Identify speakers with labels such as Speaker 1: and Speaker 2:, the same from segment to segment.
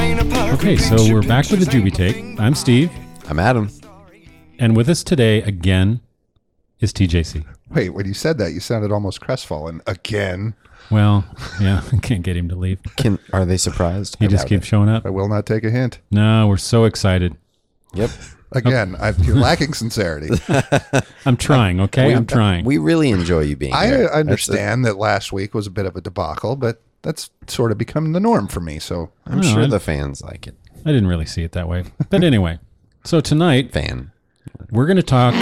Speaker 1: Okay, so we're back with the Juby Take. I'm Steve,
Speaker 2: I'm Adam.
Speaker 1: and with us today again is TJC.
Speaker 3: Wait, when you said that, you sounded almost crestfallen again.
Speaker 1: Well, yeah, I can't get him to leave.
Speaker 2: Can are they surprised?
Speaker 1: He just keeps showing up.
Speaker 3: I will not take a hint.
Speaker 1: No, we're so excited.
Speaker 2: Yep.
Speaker 3: Again, I, you're lacking sincerity.
Speaker 1: I'm trying, okay? I'm trying.
Speaker 2: We really enjoy you being
Speaker 3: I
Speaker 2: here.
Speaker 3: understand that last week was a bit of a debacle, but that's sort of become the norm for me. So
Speaker 2: That's- I'm sure the fans like it.
Speaker 1: I didn't really see it that way. But anyway, so tonight
Speaker 2: Fan.
Speaker 1: we're going to talk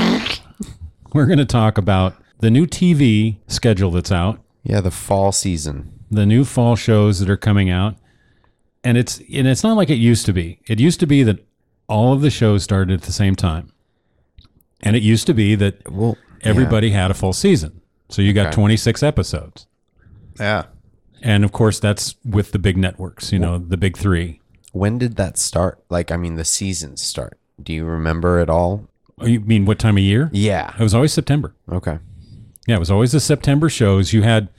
Speaker 1: we're going to talk about the new TV schedule that's out,
Speaker 2: Yeah, the fall season.
Speaker 1: the new fall shows that are coming out. And it's and it's not like it used to be. It used to be that all of the shows started at the same time. And it used to be that
Speaker 2: Well,
Speaker 1: everybody had a full season. So you got 26 episodes.
Speaker 3: yeah,
Speaker 1: And of course that's with the big networks, you know, the big 3.
Speaker 2: when did that start? Like, I mean, the season start. Do you remember at all?
Speaker 1: Oh, You mean what time of year?
Speaker 2: Yeah.
Speaker 1: It was always September.
Speaker 2: Okay.
Speaker 1: Yeah, it was always the September shows. You had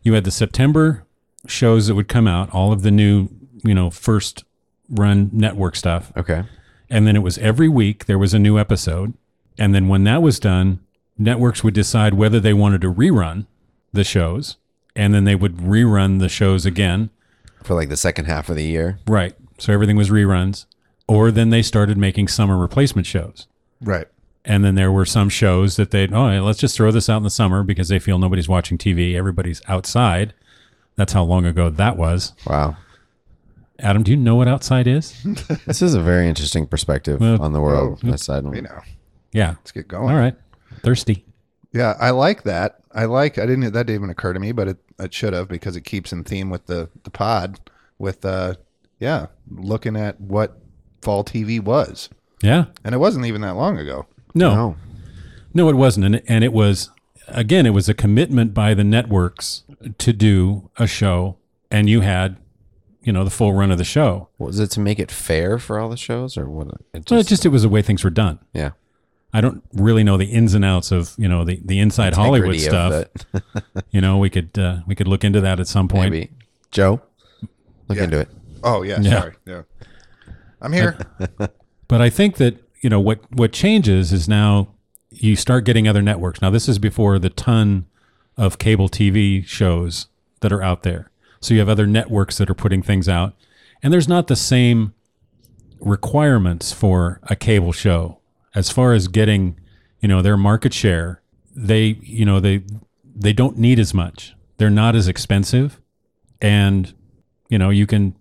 Speaker 1: you had the September shows that would come out, all of the new, you know, first run network stuff.
Speaker 2: Okay.
Speaker 1: And then it was every week there was a new episode. And then when that was done, networks would decide whether they wanted to rerun the shows. And then they would rerun the shows again.
Speaker 2: For like the second half of the year.
Speaker 1: Right. So everything was reruns. Or then they started making summer replacement shows.
Speaker 3: right.
Speaker 1: And then there were some shows that they, oh, yeah, let's just throw this out in the summer because they feel nobody's watching TV. Everybody's outside. That's how long ago that was.
Speaker 2: Wow.
Speaker 1: Adam, do you know what outside is?
Speaker 2: this is a very interesting perspective
Speaker 1: Well,
Speaker 2: on the world. I said.
Speaker 3: You know,
Speaker 1: Yeah.
Speaker 3: let's get going.
Speaker 1: All right. Thirsty.
Speaker 3: Yeah, I like that. I like. I didn't. That didn't even occur to me, but it, it should have because it keeps in theme with the the pod. With uh, yeah, looking at what fall TV was,
Speaker 1: Yeah.
Speaker 3: and it wasn't even that long ago.
Speaker 1: No.
Speaker 2: Oh,
Speaker 1: No, it wasn't. And, and it was, again, it was a commitment by the networks to do a show. And you had, you know, the full run of the show.
Speaker 2: was it to make it fair for all the shows, or what? It
Speaker 1: So it just, it was the way things were done.
Speaker 2: yeah.
Speaker 1: I don't really know the ins and outs of, you know, the, the inside Hollywood
Speaker 2: Integrity of
Speaker 1: stuff.
Speaker 2: the-
Speaker 1: You know, we could, uh, we could look into that at some point.
Speaker 2: Maybe Joe, look into it.
Speaker 3: Oh yeah,
Speaker 1: Yeah.
Speaker 3: sorry. Yeah, I'm here.
Speaker 1: But I think that, you know, what, what changes is now you start getting other networks. Now, this is before the ton of cable TV shows that are out there. So you have other networks that are putting things out. And there's not the same requirements for a cable show as far as getting, you know, their market share. They, you know, they they don't need as much. They're not as expensive and you know, you can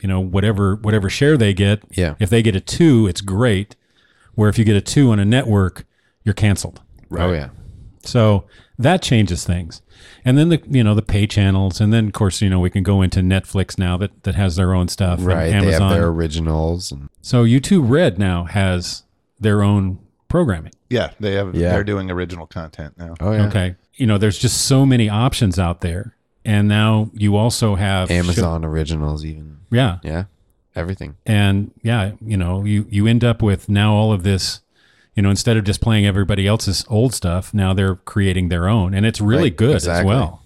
Speaker 1: you know, whatever whatever share they get,
Speaker 2: Yeah.
Speaker 1: if they get a 2, it's great. Where if you get a 2 on a network, you're canceled.
Speaker 2: Oh yeah.
Speaker 1: So that changes things. And then the you know the pay channels, and then of course you know we can go into Netflix now that that has their own stuff, and
Speaker 2: Right. They
Speaker 1: Amazon.
Speaker 2: have their originals. And,
Speaker 1: so YouTube Red now has their own programming.
Speaker 3: Yeah, they have.
Speaker 2: Yeah.
Speaker 3: They're doing original content now.
Speaker 2: oh yeah.
Speaker 1: Okay, you know there's just so many options out there, and now you also have
Speaker 2: Amazon originals even.
Speaker 1: yeah,
Speaker 2: Yeah. Everything.
Speaker 1: and yeah, you know you you end up with now all of this. You know, instead of just playing everybody else's old stuff, now they're creating their own, and it's really
Speaker 2: Right,
Speaker 1: good as
Speaker 2: exactly.
Speaker 1: well.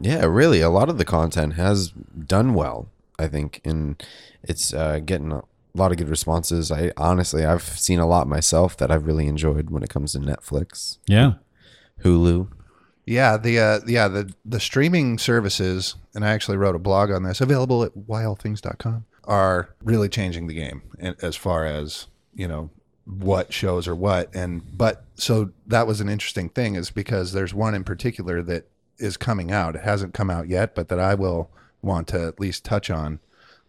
Speaker 2: Yeah, really. A lot of the content has done well, I think, and it's uh, getting a lot of good responses. I honestly, I've seen a lot myself that I've really enjoyed when it comes to Netflix,
Speaker 1: Yeah,
Speaker 2: Hulu.
Speaker 3: Yeah, the uh, yeah the the streaming services, and I actually wrote a blog on this, available at wildthings.com, are really changing the game in- as far as you know what shows are what. And but so that was an interesting thing is because there's one in particular that is coming out. It hasn't come out yet, but that I will want to at least touch on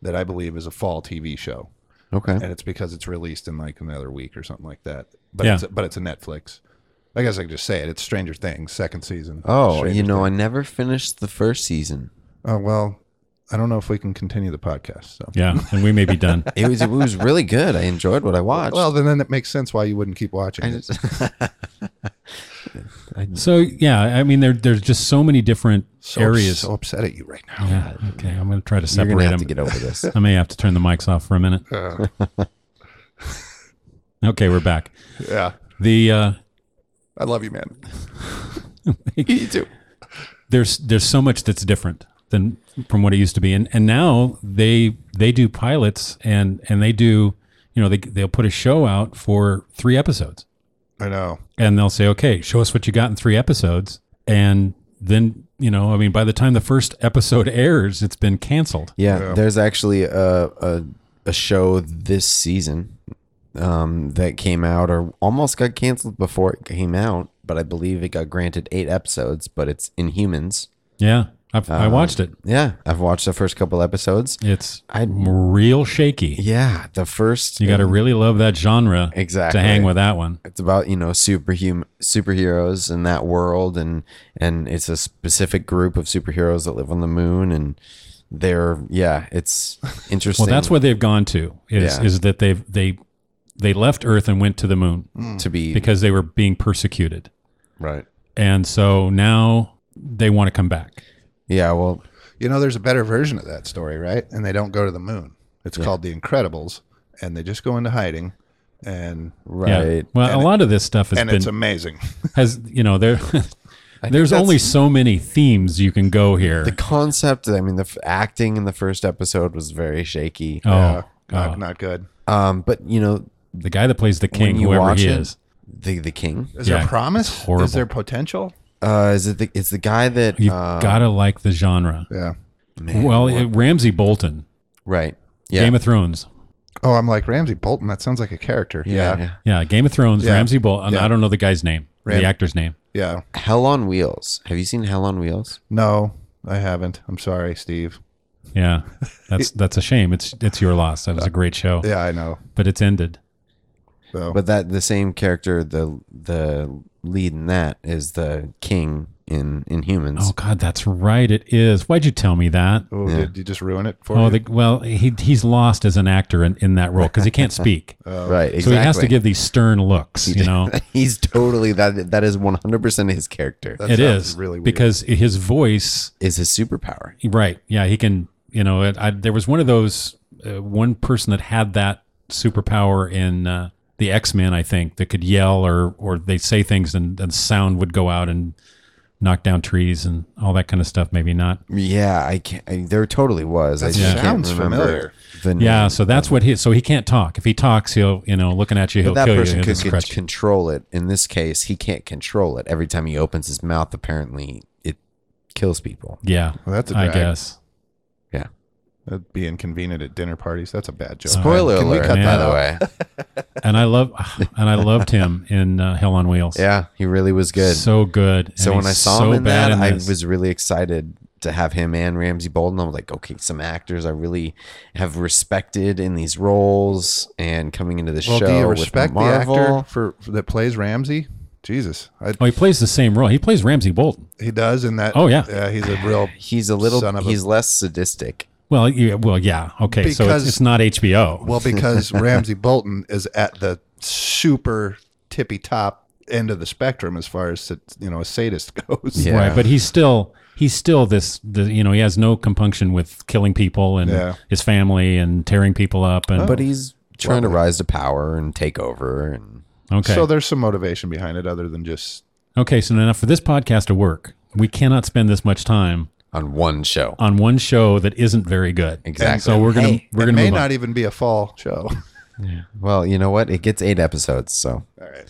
Speaker 3: that I believe is a fall TV show,
Speaker 2: Okay.
Speaker 3: and it's because it's released in like another week or something like that. But
Speaker 1: Yeah.
Speaker 3: it's but it's a Netflix. I guess I can just say it. It's Stranger Things, second season.
Speaker 2: Oh,
Speaker 3: Stranger
Speaker 2: you know, I never finished the first season.
Speaker 3: Oh well, I don't know if we can continue the podcast. So
Speaker 1: yeah, and we may be done.
Speaker 2: It was it was really good. I enjoyed what I watched.
Speaker 3: well, then, then it makes sense why you wouldn't keep watching.
Speaker 2: I
Speaker 3: it.
Speaker 2: just,
Speaker 1: So yeah, I mean there there's just so many different
Speaker 3: so,
Speaker 1: areas.
Speaker 3: so upset at you right now.
Speaker 1: yeah. Okay, I'm gonna try to
Speaker 2: you're
Speaker 1: separate
Speaker 2: gonna
Speaker 1: them.
Speaker 2: have to get over this.
Speaker 1: I may have to turn the mics off for a minute.
Speaker 3: Uh,
Speaker 1: Okay, we're back.
Speaker 3: yeah,
Speaker 1: The uh,
Speaker 3: I love you, man.
Speaker 2: you too.
Speaker 1: there's there's so much that's different. than from what it used to be. And and now they they do pilots and and they do you know they they'll put a show out for three episodes
Speaker 3: I know.
Speaker 1: and they'll say, okay, show us what you got in three episodes, and then you know, I mean, by the time the first episode airs, it's been canceled.
Speaker 2: Yeah, there's actually a, a a show this season um, that came out or almost got canceled before it came out, but I believe it got granted eight episodes. But it's Inhumans.
Speaker 1: Yeah, I've, I
Speaker 2: Um,
Speaker 1: watched it.
Speaker 2: Yeah, I've watched the first couple episodes.
Speaker 1: It's
Speaker 2: I
Speaker 1: real shaky.
Speaker 2: yeah, the first
Speaker 1: You got to really love that genre
Speaker 2: Exactly.
Speaker 1: to hang with that one.
Speaker 2: it's about you know superhuman superheroes in that world and and it's a specific group of superheroes that live on the moon and they're yeah it's interesting
Speaker 1: Well, that's what they've gone to is
Speaker 2: Yeah.
Speaker 1: is that they've they they left Earth and went to the moon
Speaker 2: to be
Speaker 1: because they were being persecuted,
Speaker 3: Right.
Speaker 1: and so now they want to come back.
Speaker 2: yeah well
Speaker 3: You know, there's a better version of that story, right? And they don't go to the moon. It's called The Incredibles, and they just go into hiding, and
Speaker 1: Yeah.
Speaker 2: right
Speaker 1: Well, a lot of this stuff has
Speaker 3: and
Speaker 1: been
Speaker 3: it's amazing.
Speaker 1: has you know there there's only so many themes you can go here.
Speaker 2: the concept i mean the f- acting in the first episode was very shaky
Speaker 1: oh,
Speaker 3: not, not good.
Speaker 2: um but you know
Speaker 1: the guy that plays the
Speaker 2: when
Speaker 1: king,
Speaker 2: you
Speaker 1: whoever
Speaker 2: watch
Speaker 1: he
Speaker 2: it,
Speaker 1: is,
Speaker 2: the the king
Speaker 3: Is
Speaker 1: Yeah,
Speaker 3: there
Speaker 1: it's
Speaker 3: promise?
Speaker 1: horrible.
Speaker 3: Is there potential?
Speaker 2: uh is it the it's the guy that
Speaker 1: you've
Speaker 2: uh,
Speaker 1: gotta like the genre.
Speaker 3: Yeah.
Speaker 2: man,
Speaker 1: well, it, Ramsey Bolton,
Speaker 2: right yeah
Speaker 1: Game of Thrones.
Speaker 3: Oh, I'm like Ramsey Bolton. That sounds like a character.
Speaker 2: yeah.
Speaker 3: Yeah. Yeah.
Speaker 1: Yeah, Game of Thrones.
Speaker 3: Yeah.
Speaker 1: Ramsey Bolton.
Speaker 3: Yeah.
Speaker 1: I don't know the guy's name,
Speaker 3: Ram-
Speaker 1: the actor's name.
Speaker 2: hell on wheels have you seen hell on wheels
Speaker 3: No, I haven't. I'm sorry, Steve.
Speaker 1: Yeah, that's that's a shame. It's it's your loss. That was a great show,
Speaker 3: Yeah, I know.
Speaker 1: but it's ended. Oh.
Speaker 3: So
Speaker 2: But that the same character, the the lead in that is the king in in humans.
Speaker 1: Oh God, that's right. It is. Why'd you tell me that?
Speaker 3: Oh, did you just ruin it for
Speaker 1: Oh,
Speaker 3: you?
Speaker 1: the, well, he he's lost as an actor in, in that role because he can't speak,
Speaker 3: Uh,
Speaker 2: right, exactly.
Speaker 1: Oh. so he has to give these stern looks. You know,
Speaker 2: He's totally that. That is one hundred percent his character.
Speaker 3: That
Speaker 1: it
Speaker 3: sounds
Speaker 1: is
Speaker 3: really weird.
Speaker 1: because his voice
Speaker 2: Is his superpower.
Speaker 1: Right. Yeah, he can. You know, it, I, there was one of those uh, one person that had that superpower in uh, the X Men, I think, that could yell or or they say things and, and sound would go out and knock down trees and all that kind of stuff. Maybe not.
Speaker 2: Yeah, I can't. I, there totally was. I
Speaker 3: That
Speaker 2: just
Speaker 3: sounds
Speaker 2: can't remember
Speaker 3: familiar.
Speaker 2: The name.
Speaker 1: Yeah. So that's what he. So he can't talk. If he talks, he'll you know looking at you, he'll
Speaker 2: But that
Speaker 1: kill
Speaker 2: person
Speaker 1: you.
Speaker 2: could,
Speaker 1: He'll
Speaker 2: could
Speaker 1: scratch you.
Speaker 2: control it. In this case, he can't control it. Every time he opens his mouth, apparently it kills people.
Speaker 1: Yeah.
Speaker 3: Well, that's a
Speaker 1: I
Speaker 3: drag.
Speaker 1: guess.
Speaker 2: Yeah.
Speaker 3: That'd be inconvenient at dinner parties. That's a bad joke.
Speaker 2: Spoiler
Speaker 3: Can we
Speaker 2: alert.
Speaker 3: cut
Speaker 2: by
Speaker 1: that
Speaker 2: the
Speaker 1: out?
Speaker 2: way,
Speaker 1: And I love and I loved him in uh, Hell on Wheels.
Speaker 2: yeah, he really was good.
Speaker 1: So good. And
Speaker 2: So when
Speaker 1: he's
Speaker 2: I saw
Speaker 1: so
Speaker 2: him in
Speaker 1: bad
Speaker 2: that, I
Speaker 1: this.
Speaker 2: was really excited to have him and Ramsey Bolton. I'm like, okay, some actors I really have respected in these roles and coming into the
Speaker 3: Well,
Speaker 2: show
Speaker 3: do you
Speaker 2: with
Speaker 3: respect the
Speaker 2: Marvel.
Speaker 3: actor for, for that plays Ramsey? Jesus, I,
Speaker 1: Oh, he plays the same role. He plays Ramsey Bolton.
Speaker 3: he does in that.
Speaker 1: Oh, yeah.
Speaker 3: yeah, he's a real.
Speaker 2: He's a little.
Speaker 3: Son of a-
Speaker 2: He's less sadistic.
Speaker 1: Well, yeah, well, yeah. Okay, so it's,
Speaker 3: Because-
Speaker 1: it's not HBO.
Speaker 3: Well, because Ramsey Bolton is at the super tippy top end of the spectrum as far as you know a sadist goes.
Speaker 2: Yeah.
Speaker 1: Right, but he's still he's still this. The, you know, he has no compunction with killing people and
Speaker 3: Yeah.
Speaker 1: his family and tearing people up. And
Speaker 3: Oh.
Speaker 2: But he's trying to rise to power and take over. And
Speaker 1: okay,
Speaker 3: So there's some motivation behind it other than just
Speaker 1: okay. So now for this podcast to work, we cannot spend this much time
Speaker 2: on one show,
Speaker 1: on one show that isn't very good.
Speaker 2: Exactly.
Speaker 1: So we're gonna
Speaker 2: Hey,
Speaker 1: we're
Speaker 3: it
Speaker 1: gonna
Speaker 3: may
Speaker 1: move
Speaker 3: not
Speaker 1: on.
Speaker 3: even be a fall show.
Speaker 2: well, you know what? It gets eight episodes, so
Speaker 3: All right.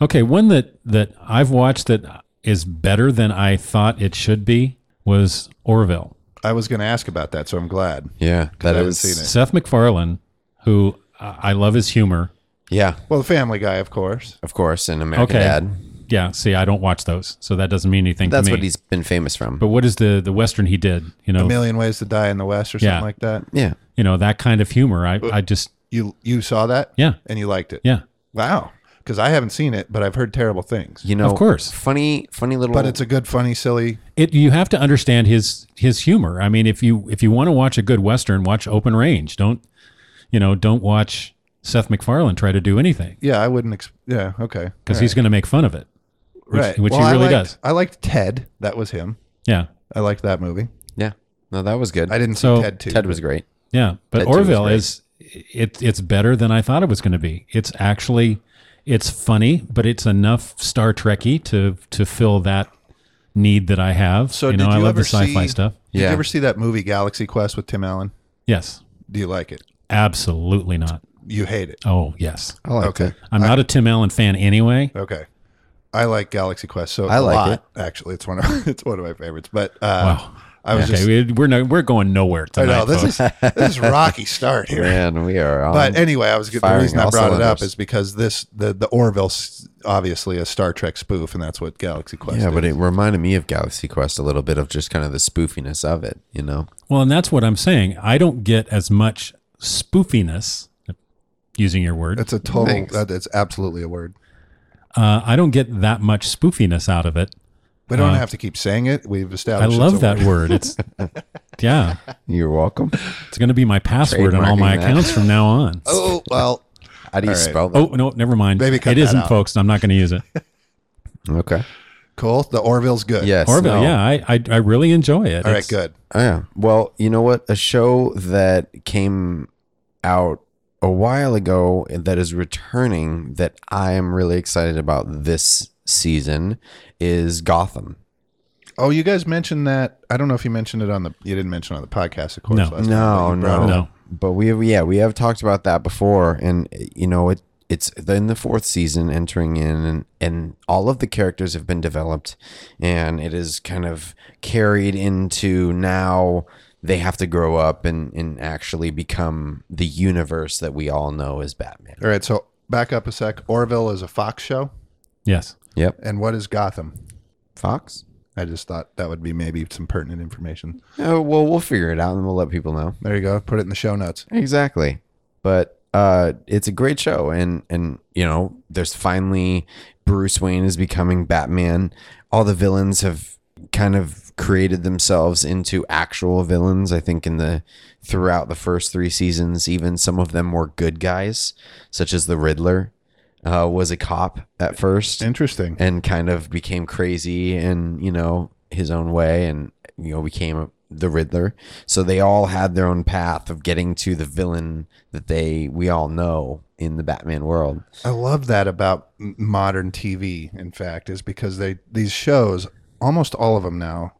Speaker 1: Okay, one that that I've watched that is better than I thought it should be was Orville.
Speaker 3: I was going to ask about that, so I'm glad.
Speaker 2: yeah,
Speaker 3: I
Speaker 2: that
Speaker 3: haven't
Speaker 2: is.
Speaker 3: seen it.
Speaker 1: Seth MacFarlane, who I I love his humor.
Speaker 2: Yeah,
Speaker 3: Well, the Family Guy, of course.
Speaker 2: of course, in American
Speaker 1: Okay.
Speaker 2: Dad.
Speaker 1: Yeah, see, I don't watch those, so that doesn't mean anything
Speaker 2: That's
Speaker 1: to me.
Speaker 2: what he's been famous from.
Speaker 1: but what is the the western he did? You know,
Speaker 3: A Million Ways to Die in the West, or something
Speaker 1: Oh. Yeah.
Speaker 3: like that.
Speaker 2: yeah,
Speaker 1: you know that kind of humor. I I just
Speaker 3: You you saw that,
Speaker 1: yeah
Speaker 3: and you liked it.
Speaker 1: yeah
Speaker 3: Wow. Because I haven't seen it, but I've heard terrible things.
Speaker 2: you know,
Speaker 1: course.
Speaker 2: funny, funny little.
Speaker 3: But it's a good, funny, silly.
Speaker 1: it. You have to understand his his humor. I mean, if you if you want to watch a good western, watch Open Range. Don't you know? Don't watch Seth MacFarlane try to do anything
Speaker 3: Yeah, I wouldn't. Ex- yeah, okay.
Speaker 1: because he's going to make fun of it. Which,
Speaker 3: right.
Speaker 1: which
Speaker 3: Well,
Speaker 1: he really
Speaker 3: I liked,
Speaker 1: does.
Speaker 3: I liked Ted. That was him.
Speaker 1: Yeah,
Speaker 3: I liked that movie.
Speaker 2: yeah. No, that was good.
Speaker 3: I didn't
Speaker 1: So-
Speaker 3: see Ted too.
Speaker 2: Ted was great.
Speaker 1: yeah. But
Speaker 2: That too was
Speaker 1: Orville
Speaker 2: great.
Speaker 1: is it. It's better than I thought it was going to be. It's actually it's funny, but it's enough Star Trekky to to fill that need that I have.
Speaker 3: So
Speaker 1: you
Speaker 3: did
Speaker 1: know, I
Speaker 3: you
Speaker 1: love the
Speaker 3: ever
Speaker 1: sci-fi
Speaker 3: see-
Speaker 1: stuff.
Speaker 3: Did
Speaker 2: Yeah.
Speaker 3: you ever see that movie Galaxy Quest with Tim Allen?
Speaker 1: Yes,
Speaker 3: Do you like it?
Speaker 1: absolutely not.
Speaker 3: You hate it.
Speaker 1: Oh yes,
Speaker 2: I like
Speaker 3: okay.
Speaker 2: it.
Speaker 1: I'm not a Tim Allen fan anyway.
Speaker 3: Okay. I like Galaxy Quest so
Speaker 2: I
Speaker 3: a
Speaker 2: like
Speaker 3: lot, Actually, it's one of it's one of my favorites. But uh,
Speaker 1: Wow.
Speaker 3: I was
Speaker 1: okay,
Speaker 3: just
Speaker 1: we, we're no, we're going nowhere
Speaker 3: I
Speaker 1: tonight.
Speaker 3: know this
Speaker 1: folks.
Speaker 3: is this is rocky start here.
Speaker 2: Man, we are on.
Speaker 3: But anyway, I was the
Speaker 2: firing
Speaker 3: reason I
Speaker 2: all
Speaker 3: brought it up
Speaker 2: cylinders.
Speaker 3: is because this the the Orville's obviously a Star Trek spoof, and that's what Galaxy Quest.
Speaker 2: yeah, but
Speaker 3: is.
Speaker 2: it reminded me of Galaxy Quest a little bit of just kind of the spoofiness of it, you know?
Speaker 1: Well, and that's what I'm saying. I don't get as much spoofiness, using your word.
Speaker 3: it's a total.
Speaker 2: Thanks.
Speaker 3: That, it's absolutely a word.
Speaker 1: Uh, I don't get that much spoofiness out of it.
Speaker 3: We don't
Speaker 1: Uh,
Speaker 3: have to keep saying it. We've
Speaker 1: I
Speaker 3: established.
Speaker 1: love
Speaker 3: it's Oh, a
Speaker 1: that word. It's yeah,
Speaker 2: You're welcome.
Speaker 1: it's going to be my password on all my
Speaker 2: Trademarking that.
Speaker 1: accounts from now on.
Speaker 3: Oh well,
Speaker 2: How do you
Speaker 3: All right.
Speaker 2: spell
Speaker 1: Oh
Speaker 2: that?
Speaker 1: no, never mind.
Speaker 3: Maybe cut
Speaker 1: it
Speaker 3: that
Speaker 1: isn't,
Speaker 3: out.
Speaker 1: folks. I'm not going to use it.
Speaker 2: Okay.
Speaker 3: cool. The Orville's good.
Speaker 2: Yes.
Speaker 1: Orville.
Speaker 2: no.
Speaker 1: Yeah, I, I I really enjoy it.
Speaker 3: All right.
Speaker 1: It's-
Speaker 3: Good.
Speaker 2: Oh, yeah. Well, you know what? A show that came out a while ago and that is returning that I am really excited about this season is Gotham.
Speaker 3: Oh, you guys mentioned that. I don't know if you mentioned it on the. You didn't mention it on the podcast, of course.
Speaker 1: No.
Speaker 3: last time,
Speaker 2: No,
Speaker 3: but you brought
Speaker 2: no,
Speaker 3: it up.
Speaker 1: No.
Speaker 2: But we have, yeah, we have talked about that before, and you know it. It's in the fourth season, entering in, and, and all of the characters have been developed, and it is kind of carried into now. They have to grow up and, and actually become the universe that we all know as Batman.
Speaker 3: All right. So back up a sec. Orville is a Fox show,
Speaker 1: Yes.
Speaker 2: Yep.
Speaker 3: and what is Gotham?
Speaker 2: Fox?
Speaker 3: I just thought that would be maybe some pertinent information.
Speaker 2: Oh, well, we'll figure it out and we'll let people know.
Speaker 3: There you go. Put it in the show notes.
Speaker 2: Exactly. But uh, it's a great show, and and you know, there's finally Bruce Wayne is becoming Batman. All the villains have kind of created themselves into actual villains. I think in the throughout the first three seasons, even some of them were good guys, such as the Riddler uh, was a cop at first
Speaker 3: Interesting.
Speaker 2: and kind of became crazy and you know his own way and you know became the riddler so they all had their own path of getting to the villain that they we all know in the batman world
Speaker 3: I love that about m- modern TV. In fact, is because they these shows, almost all of them now,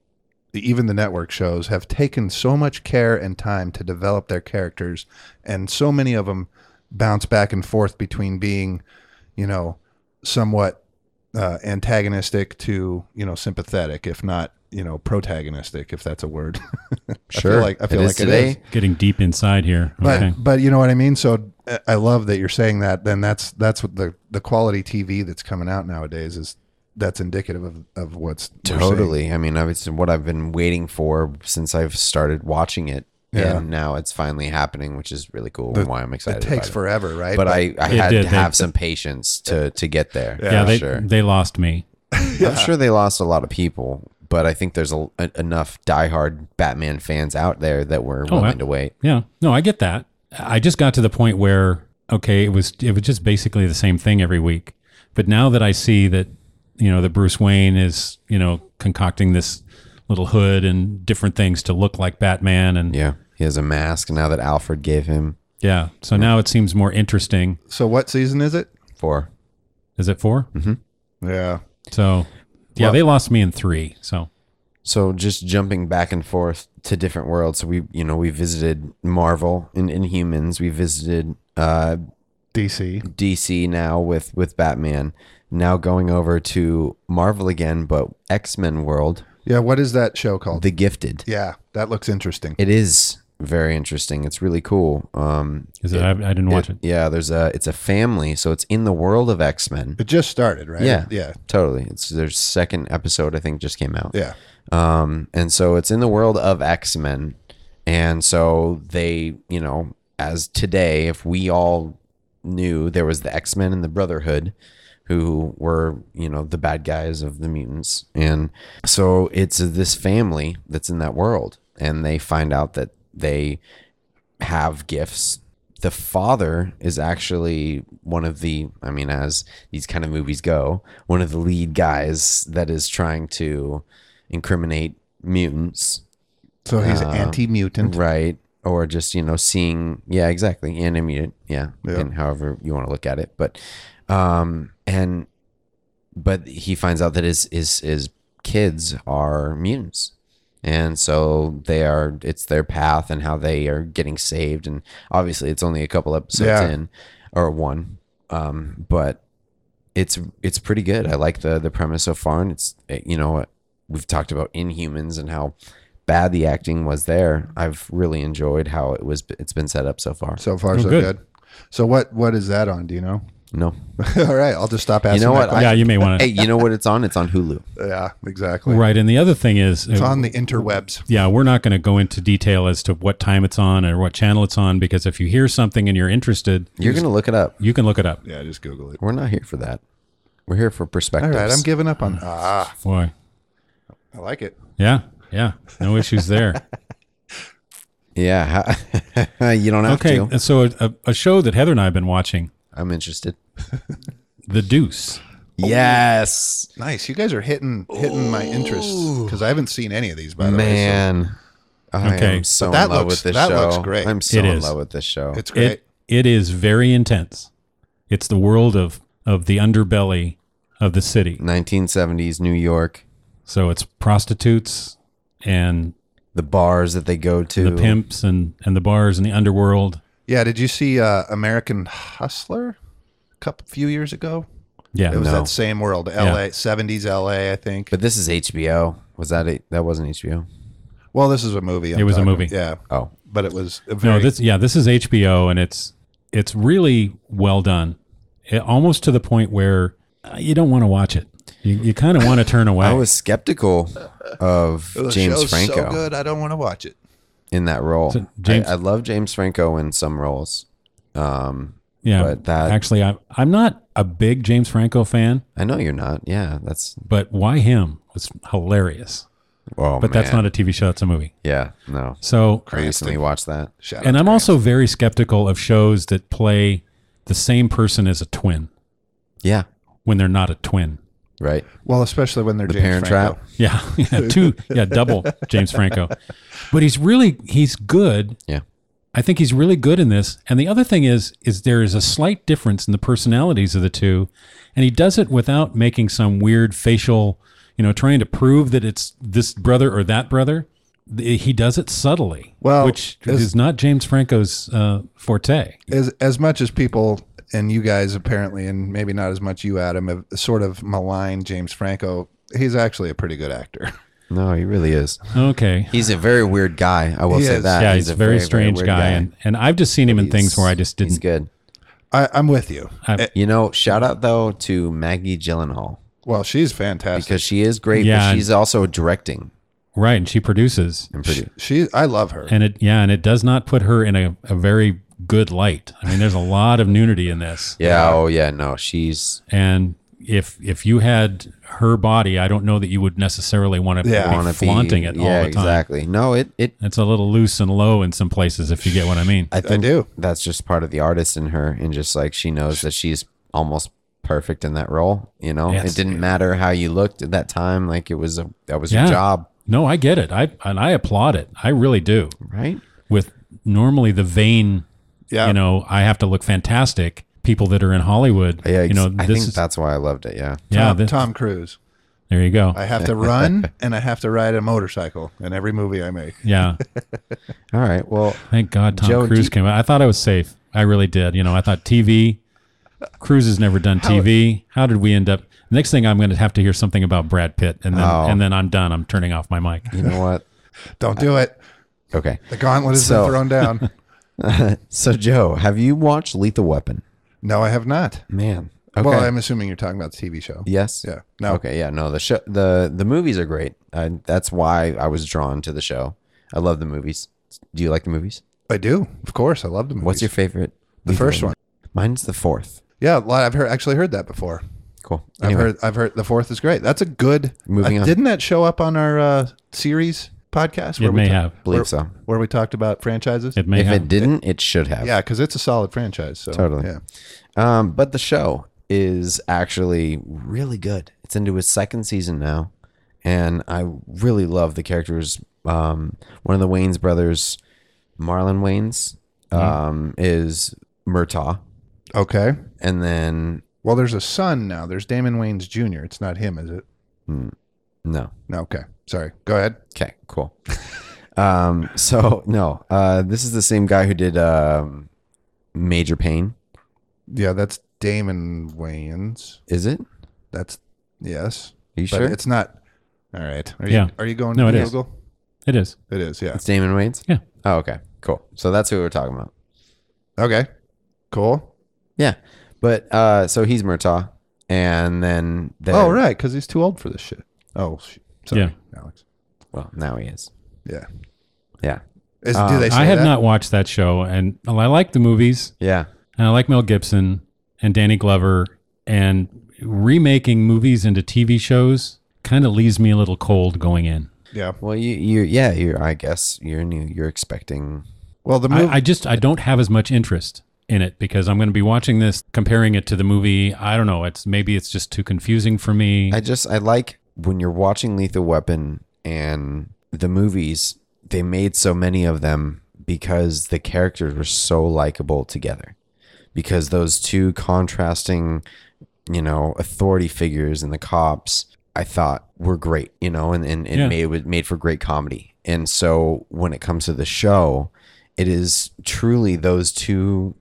Speaker 3: e, even the network shows, have taken so much care and time to develop their characters, and so many of them bounce back and forth between being, you know, somewhat uh, antagonistic to you know sympathetic, if not you know protagonistic, if that's a word. I feel like I feel
Speaker 2: it
Speaker 3: like
Speaker 2: is today
Speaker 3: it is.
Speaker 1: Getting deep inside here.
Speaker 3: But
Speaker 1: Okay.
Speaker 3: but you know what I mean. So uh, I love that you're saying that. Then that's that's what the the quality TV that's coming out nowadays is. That's indicative of of what's we're seeing.
Speaker 2: totally i mean it's what i've been waiting for since i've started watching it
Speaker 3: Yeah.
Speaker 2: and now it's finally happening which is really cool and why i'm
Speaker 3: It
Speaker 2: excited
Speaker 3: takes
Speaker 2: about
Speaker 3: forever, right?
Speaker 2: it. but i, I
Speaker 1: It
Speaker 2: had
Speaker 1: did,
Speaker 2: to
Speaker 1: they-
Speaker 2: have some patience to to get there
Speaker 3: Yeah.
Speaker 1: yeah,
Speaker 2: for
Speaker 1: they
Speaker 2: sure.
Speaker 1: they lost me.
Speaker 2: I'm sure they lost a lot of people, but I think there's a, a, enough diehard Batman fans out there that were willing
Speaker 1: ab-
Speaker 2: to wait.
Speaker 1: Yeah. No, I get that. I just got to the point where okay, it was it was just basically the same thing every week. But now that I see that you know that Bruce Wayne is you know concocting this little hood and different things to look like Batman and yeah,
Speaker 2: Yeah, he has a mask now that Alfred gave him
Speaker 1: so now it seems more interesting.
Speaker 3: so what season is it?
Speaker 2: for.
Speaker 1: Is it 4
Speaker 3: Yeah,
Speaker 1: So yeah,
Speaker 2: Well-
Speaker 1: they lost me in three. So
Speaker 2: So just jumping back and forth to different worlds. So we, you know, we visited Marvel and Inhumans. We visited uh,
Speaker 3: DC.
Speaker 2: DC now with with Batman. Now going over to Marvel again, but X Men world.
Speaker 3: Yeah, what is that show called?
Speaker 2: The Gifted.
Speaker 3: yeah, that looks interesting.
Speaker 2: It is very interesting. It's really cool. Um,
Speaker 1: is it, I, I didn't watch it.
Speaker 2: Yeah, there's a it's a family, so it's in the world of X Men.
Speaker 3: It just started, right?
Speaker 2: Yeah.
Speaker 3: yeah,
Speaker 2: Totally, it's their second episode I think just came out.
Speaker 3: yeah.
Speaker 2: Um, and so it's in the world of X Men, and so they, you know, as today, if we all knew there was the X Men and the Brotherhood, who were you know the bad guys of the mutants, and so it's this family that's in that world, and they find out that they have gifts. The father is actually one of the, I mean, as these kind of movies go, one of the lead guys that is trying to incriminate mutants,
Speaker 3: So he's
Speaker 2: Uh,
Speaker 3: anti-mutant.
Speaker 2: right? Or just, you know, seeing, yeah, exactly, and a mutant, yeah,
Speaker 3: Yeah.
Speaker 2: and however you want to look at it. But, um, and, but he finds out that his, his, his kids are mutants. And so they are, it's their path and how they are getting saved. And obviously, it's only a couple episodes
Speaker 3: Yeah.
Speaker 2: in or one. Um, but it's it's pretty good. I like the the premise so far, and it's eh, you know we've talked about Inhumans and how bad the acting was there. I've really enjoyed how it was. It's been set up so far.
Speaker 3: So far,
Speaker 1: Oh,
Speaker 3: so
Speaker 1: good.
Speaker 3: good. So what what is that on? Do you know?
Speaker 2: No,
Speaker 3: All right, I'll just stop asking.
Speaker 2: know
Speaker 3: that
Speaker 2: what? I-
Speaker 1: yeah, you may want
Speaker 2: hey,
Speaker 1: to.
Speaker 2: you know what it's on? It's on Hulu.
Speaker 3: question. yeah, exactly.
Speaker 1: Right, and the other thing is,
Speaker 3: It's on the interwebs.
Speaker 1: yeah, we're not going to go into detail as to what time it's on or what channel it's on because if you hear something and you're interested,
Speaker 2: You're gonna look it up.
Speaker 1: you can look it up.
Speaker 3: Yeah, just Google it.
Speaker 2: We're not here for that. We're here for
Speaker 3: All
Speaker 2: perspectives.
Speaker 3: right, I'm giving up on. Ah,
Speaker 1: Boy,
Speaker 3: I like it.
Speaker 1: yeah, yeah, no issues there.
Speaker 2: yeah, ha- you don't have
Speaker 1: Okay,
Speaker 2: to.
Speaker 1: and so a, a show that Heather and I have been watching,
Speaker 2: I'm interested.
Speaker 3: Oh.
Speaker 1: The Deuce.
Speaker 2: Yes,
Speaker 3: Nice. You guys are hitting hitting my interests because I haven't seen any of these by the way.
Speaker 2: man. I
Speaker 1: Okay.
Speaker 2: am so
Speaker 3: But that
Speaker 2: in love
Speaker 3: looks-
Speaker 2: with this
Speaker 3: that
Speaker 2: show.
Speaker 3: looks great.
Speaker 2: I'm so
Speaker 1: It
Speaker 2: in
Speaker 1: is.
Speaker 2: love with this show.
Speaker 3: So it's great.
Speaker 1: It it is very intense. It's the world of of the underbelly of the city.
Speaker 2: 1970s New York.
Speaker 1: So it's prostitutes and
Speaker 2: the bars that they go to.
Speaker 1: the pimps and and the bars and the underworld.
Speaker 3: yeah. Did you see uh, American Hustler a couple few years ago?
Speaker 1: Yeah,
Speaker 3: It was
Speaker 2: No.
Speaker 3: that same world, L.A. '70s L.A. I think.
Speaker 2: But this is HBO. Was that it? That wasn't HBO.
Speaker 3: well, this is a movie. I'm
Speaker 1: It was a
Speaker 3: talking-
Speaker 1: movie.
Speaker 3: Yeah,
Speaker 2: Oh,
Speaker 3: but it was a very
Speaker 1: no, this yeah, this is HBO and it's it's really well done, it, almost to the point where uh, you don't want to watch it. You, you kind of want to turn away.
Speaker 2: I was skeptical of
Speaker 3: the
Speaker 2: James
Speaker 3: show's So
Speaker 2: Franco
Speaker 3: good, I don't want to watch it.
Speaker 2: in that role.
Speaker 1: So James-
Speaker 2: I, I love James Franco in some roles. Um,
Speaker 1: yeah,
Speaker 2: but that-
Speaker 1: actually, I'm I'm not a big James Franco fan,
Speaker 2: I know you're not. Yeah, that's
Speaker 1: but why him was hilarious.
Speaker 2: well,
Speaker 1: But that's not a TV show; it's a movie.
Speaker 2: oh, yeah, no.
Speaker 1: So
Speaker 2: I recently watched that.
Speaker 3: Shout
Speaker 1: and
Speaker 3: out.
Speaker 1: I'm also very skeptical of shows that play the same person as a twin
Speaker 2: Yeah,
Speaker 1: when they're not a twin.
Speaker 2: right.
Speaker 3: Well, especially when they're
Speaker 2: The
Speaker 3: James
Speaker 2: Parent
Speaker 3: Franco.
Speaker 2: Trap.
Speaker 1: Yeah, yeah, two, yeah, double James Franco. But he's really he's good.
Speaker 2: Yeah,
Speaker 1: I think he's really good in this. And the other thing is is there is a slight difference in the personalities of the two, and he does it without making some weird facial, you know, trying to prove that it's this brother or that brother. Th- He does it subtly,
Speaker 3: Well,
Speaker 1: which
Speaker 3: is-
Speaker 1: is not James Franco's uh, forte.
Speaker 3: as as much as people and you guys apparently, and maybe not as much you, Adam, have sort of maligned James Franco. He's actually a pretty good actor.
Speaker 2: no, he really is.
Speaker 1: Okay,
Speaker 2: He's a very weird guy. I will
Speaker 3: He
Speaker 2: say
Speaker 3: is.
Speaker 2: that.
Speaker 1: yeah, he's, a very, strange
Speaker 2: weird
Speaker 1: guy, and and I've just seen him in things where I just
Speaker 2: He's
Speaker 1: didn't.
Speaker 2: good.
Speaker 3: I, I'm with you.
Speaker 1: I-
Speaker 2: You know, shout out though to Maggie Gyllenhaal
Speaker 3: Well, she's fantastic.
Speaker 2: because she is great,
Speaker 1: Yeah.
Speaker 2: but she's also directing.
Speaker 1: Right, and she produces,
Speaker 2: and pretty.
Speaker 3: She, I love her.
Speaker 1: and it yeah, and it does not put her in a, a very good light. I mean, there's a lot of nudity in this,
Speaker 2: Yeah. Oh, yeah. No, she's
Speaker 1: and if if you had her body, I don't know that you would necessarily want to
Speaker 3: Yeah.
Speaker 1: be
Speaker 2: wanna be-
Speaker 1: flaunting it all
Speaker 2: yeah,
Speaker 1: the time.
Speaker 2: Exactly. No, it it
Speaker 1: It's a little loose and low in some places, if you get what I mean.
Speaker 2: I
Speaker 3: I
Speaker 2: think
Speaker 3: do.
Speaker 2: that's just part of the artist in her, and just like she knows that she's almost perfect in that role. You know,
Speaker 1: Yes.
Speaker 2: it didn't matter how you looked at that time. Like it was a that was your
Speaker 1: Yeah.
Speaker 2: job,
Speaker 1: No, I get it. I and I applaud it. I really do.
Speaker 2: right?
Speaker 1: With normally the vain
Speaker 3: Yeah.
Speaker 1: you know, I have to look fantastic. People that are in Hollywood,
Speaker 2: Yeah.
Speaker 1: you know,
Speaker 2: I
Speaker 1: this
Speaker 2: think
Speaker 1: is
Speaker 2: that's why I loved it. Yeah.
Speaker 1: yeah.
Speaker 3: Tom,
Speaker 1: this-
Speaker 3: Tom Cruise.
Speaker 1: there you go.
Speaker 3: I have to run and I have to ride a motorcycle in every movie I make.
Speaker 1: yeah,
Speaker 2: All right. Well,
Speaker 1: thank God Tom
Speaker 2: Joe, do
Speaker 1: Cruise
Speaker 2: you-
Speaker 1: came out. I thought I was safe. I really did. You know, I thought TV. Cruise has never done TV. How did we end up? Next thing, I'm going to have to hear something about Brad Pitt, and then
Speaker 2: Oh.
Speaker 1: and then I'm done. I'm turning off my mic.
Speaker 2: you know what?
Speaker 3: Don't do it.
Speaker 2: Okay.
Speaker 3: The gauntlet has
Speaker 2: So-
Speaker 3: been thrown down.
Speaker 2: So Joe, have you watched Lethal Weapon?
Speaker 3: No, I have not.
Speaker 2: Man. Okay.
Speaker 3: Well, I'm assuming you're talking about the TV show.
Speaker 2: Yes.
Speaker 3: Yeah. No.
Speaker 2: Okay. Yeah. No. The show. The the movies are great. I, that's why I was drawn to the show. I love the movies. Do you like the movies?
Speaker 3: I do. Of course. I love the movies.
Speaker 2: What's your favorite?
Speaker 3: The first one.
Speaker 2: Mine's the fourth.
Speaker 3: Yeah, well, I've heard actually heard that before.
Speaker 2: Cool.
Speaker 3: I've
Speaker 2: Anyway,
Speaker 3: heard I've heard the fourth is great. That's a good
Speaker 2: Moving
Speaker 3: uh,
Speaker 2: on.
Speaker 3: Didn't that show up on our uh, series podcast?
Speaker 1: It may
Speaker 3: ta-
Speaker 1: have.
Speaker 2: believe so.
Speaker 3: where we talked about franchises.
Speaker 1: It may
Speaker 2: If
Speaker 1: have.
Speaker 2: it didn't, it should have.
Speaker 3: yeah, because it's a solid franchise. So
Speaker 2: Totally.
Speaker 3: Yeah.
Speaker 2: Um, but the show is actually really good. It's into its second season now, and I really love the characters. Um, one of the Wayne's brothers, Marlon Wayne's, um, is Murtaugh,
Speaker 3: Okay.
Speaker 2: and then
Speaker 3: Well, there's a son now. There's Damon Wayans Jr. It's not him, is it?
Speaker 2: No.
Speaker 3: No, okay. Sorry. Go ahead.
Speaker 2: Okay, cool. um, so no, uh, this is the same guy who did um, Major Pain,
Speaker 3: Yeah, that's Damon Wayans.
Speaker 2: is it? Are
Speaker 3: That's yes.
Speaker 2: you
Speaker 3: But
Speaker 2: sure? It's,
Speaker 3: it's not all right. Are
Speaker 1: Yeah.
Speaker 3: you are you going
Speaker 1: No,
Speaker 3: to
Speaker 1: it is.
Speaker 3: Google?
Speaker 1: It is.
Speaker 3: It is, yeah.
Speaker 2: Damon Wayans.
Speaker 1: Yeah.
Speaker 2: Oh, okay, cool. So that's who we're talking about.
Speaker 3: Okay. Cool.
Speaker 2: Yeah, but uh, so he's Murtaugh, and then they're-
Speaker 3: Oh, right, because he's too old for this shit. Oh, sh- sorry, Alex.
Speaker 2: Well, now he is.
Speaker 3: Yeah.
Speaker 2: Yeah,
Speaker 3: Is,
Speaker 2: Um,
Speaker 3: do they say
Speaker 1: Uh, I have
Speaker 3: that?
Speaker 1: not watched that show, and well, I like the movies,
Speaker 2: yeah.
Speaker 1: and I like Mel Gibson and Danny Glover, and remaking movies into TV shows kind of leaves me a little cold going in.
Speaker 3: Yeah.
Speaker 2: Well, you, you, yeah, you. I guess you're new. You're expecting.
Speaker 3: Well, the movie.
Speaker 1: I, I just I don't have as much interest in it because I'm going to be watching this, comparing it to the movie. I don't know. It's maybe it's just too confusing for me.
Speaker 2: I just, I like when you're watching Lethal Weapon and the movies. They made so many of them because the characters were so likable together. Because those two contrasting, you know, authority figures and the cops, I thought were great. You know, and and it
Speaker 1: Yeah.
Speaker 2: made it made for great comedy. And so when it comes to the show, it is truly those two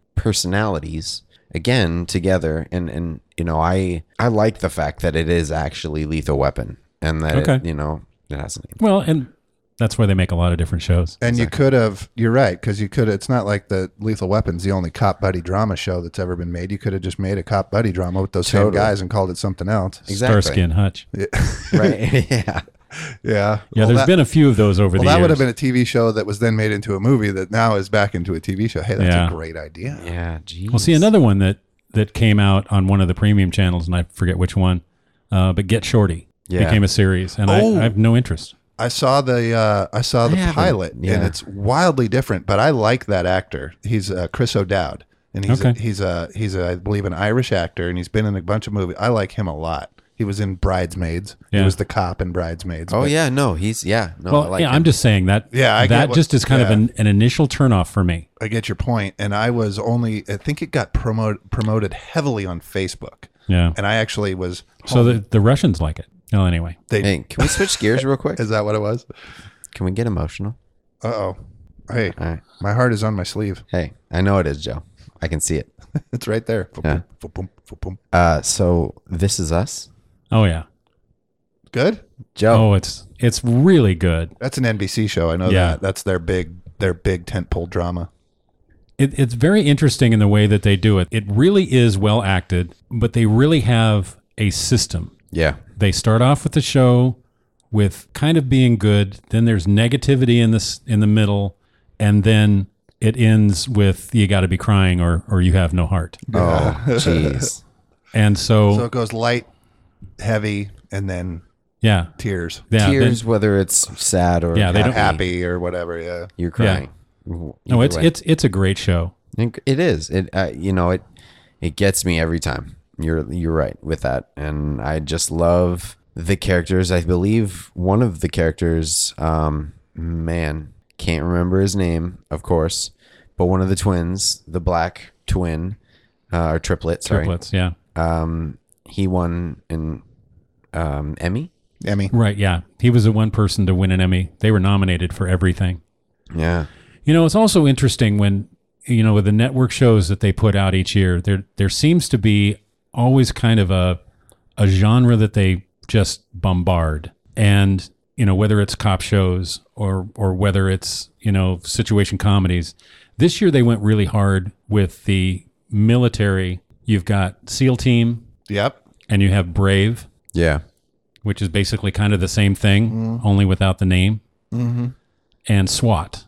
Speaker 2: personalities again together and and you know i i like the fact that it is actually lethal weapon and that it,
Speaker 1: Okay.
Speaker 2: you know it has a name
Speaker 1: well, and that's why they make a lot of different shows.
Speaker 3: and you could have. You're right, because you could. It's not like the Lethal Weapon's the only cop buddy drama show that's ever been made. You could have just made a cop buddy drama with those
Speaker 2: Totally.
Speaker 3: same guys and called it something else.
Speaker 2: exactly
Speaker 1: Starsky and Hutch. Yeah,
Speaker 2: right yeah
Speaker 3: Yeah.
Speaker 1: there's
Speaker 3: well, that,
Speaker 1: been a few of those over
Speaker 3: well,
Speaker 1: the
Speaker 3: that
Speaker 1: years.
Speaker 3: would have been a TV show that was then made into a movie that now is back into a TV show. Hey, that's
Speaker 1: Yeah.
Speaker 3: a great idea.
Speaker 2: yeah geez.
Speaker 1: Well, see another one that that came out on one of the premium channels, and I forget which one, uh, but Get Shorty
Speaker 2: Yeah.
Speaker 1: became a series, and
Speaker 3: Oh.
Speaker 1: I, I have no interest.
Speaker 3: I saw the uh, I saw the
Speaker 2: haven't.
Speaker 3: pilot, and
Speaker 2: Yeah.
Speaker 3: it's wildly different. But I like that actor. He's uh, Chris O'Dowd, and he's a,
Speaker 1: Okay.
Speaker 3: he's a he's a I believe an Irish actor, and he's been in a bunch of movies. I like him a lot. He was in Bridesmaids. He
Speaker 1: Yeah.
Speaker 3: was the cop in Bridesmaids.
Speaker 2: oh
Speaker 3: but-
Speaker 2: yeah no he's yeah
Speaker 3: Oh,
Speaker 2: no
Speaker 1: Well,
Speaker 2: I like
Speaker 1: yeah,
Speaker 2: him.
Speaker 1: I'm just saying that.
Speaker 3: Yeah, I get
Speaker 1: that
Speaker 3: what-
Speaker 1: just is kind of
Speaker 3: yeah.
Speaker 1: an, an initial turnoff for me.
Speaker 3: I get your point, and I was only I think it got promoted promoted heavily on Facebook,
Speaker 1: Yeah.
Speaker 3: and I actually was.
Speaker 1: So the the Russians like it. Well, anyway,
Speaker 3: They,
Speaker 2: hey can we switch gears real quick
Speaker 3: Is that what it was?
Speaker 2: can we get emotional
Speaker 3: Uh oh. Hey,
Speaker 2: all right
Speaker 3: my heart is on my sleeve.
Speaker 2: hey i know it is joe i can see it
Speaker 3: It's right there. Boom,
Speaker 2: Yeah.
Speaker 3: boom, boom, boom, boom.
Speaker 2: uh so this is us
Speaker 1: oh yeah,
Speaker 3: Good.
Speaker 2: joe
Speaker 1: oh it's it's really good.
Speaker 3: That's an NBC show. I know
Speaker 1: Yeah.
Speaker 3: that. That's their big their big tentpole drama.
Speaker 1: It, it's very interesting in the way that they do it. It really is well acted, but they really have a system.
Speaker 2: yeah
Speaker 1: they start off with the show with kind of being good then there's negativity in this in the middle and then it ends with you got to be crying or or you have no heart
Speaker 2: oh jeez
Speaker 1: and so,
Speaker 3: So it goes light, heavy, and then
Speaker 1: yeah
Speaker 3: tears.
Speaker 1: yeah then-
Speaker 2: tears whether it's sad or
Speaker 1: Yeah, they don't-
Speaker 3: Happy or whatever, yeah.
Speaker 2: you're crying Either
Speaker 1: no it's
Speaker 2: way.
Speaker 1: it's it's a great show
Speaker 2: Inc- It is. It uh, you know it it gets me every time. You're you're right with that, and I just love the characters. I believe one of the characters, um, man, can't remember his name, of course, but one of the twins, the black twin uh, or triplet, sorry,
Speaker 1: triplets yeah
Speaker 2: um, he won an um, Emmy.
Speaker 3: Emmy.
Speaker 1: right yeah he was the one person to win an emmy they were nominated for everything
Speaker 2: Yeah,
Speaker 1: You know, it's also interesting when you know with the network shows that they put out each year. There there seems to be always kind of a a genre that they just bombard, and you know whether it's cop shows or or whether it's you know situation comedies. This year they went really hard with the military. You've got SEAL Team
Speaker 3: Yep.
Speaker 1: and you have Brave,
Speaker 2: yeah,
Speaker 1: which is basically kind of the same thing, only without the name, mm-hmm. and SWAT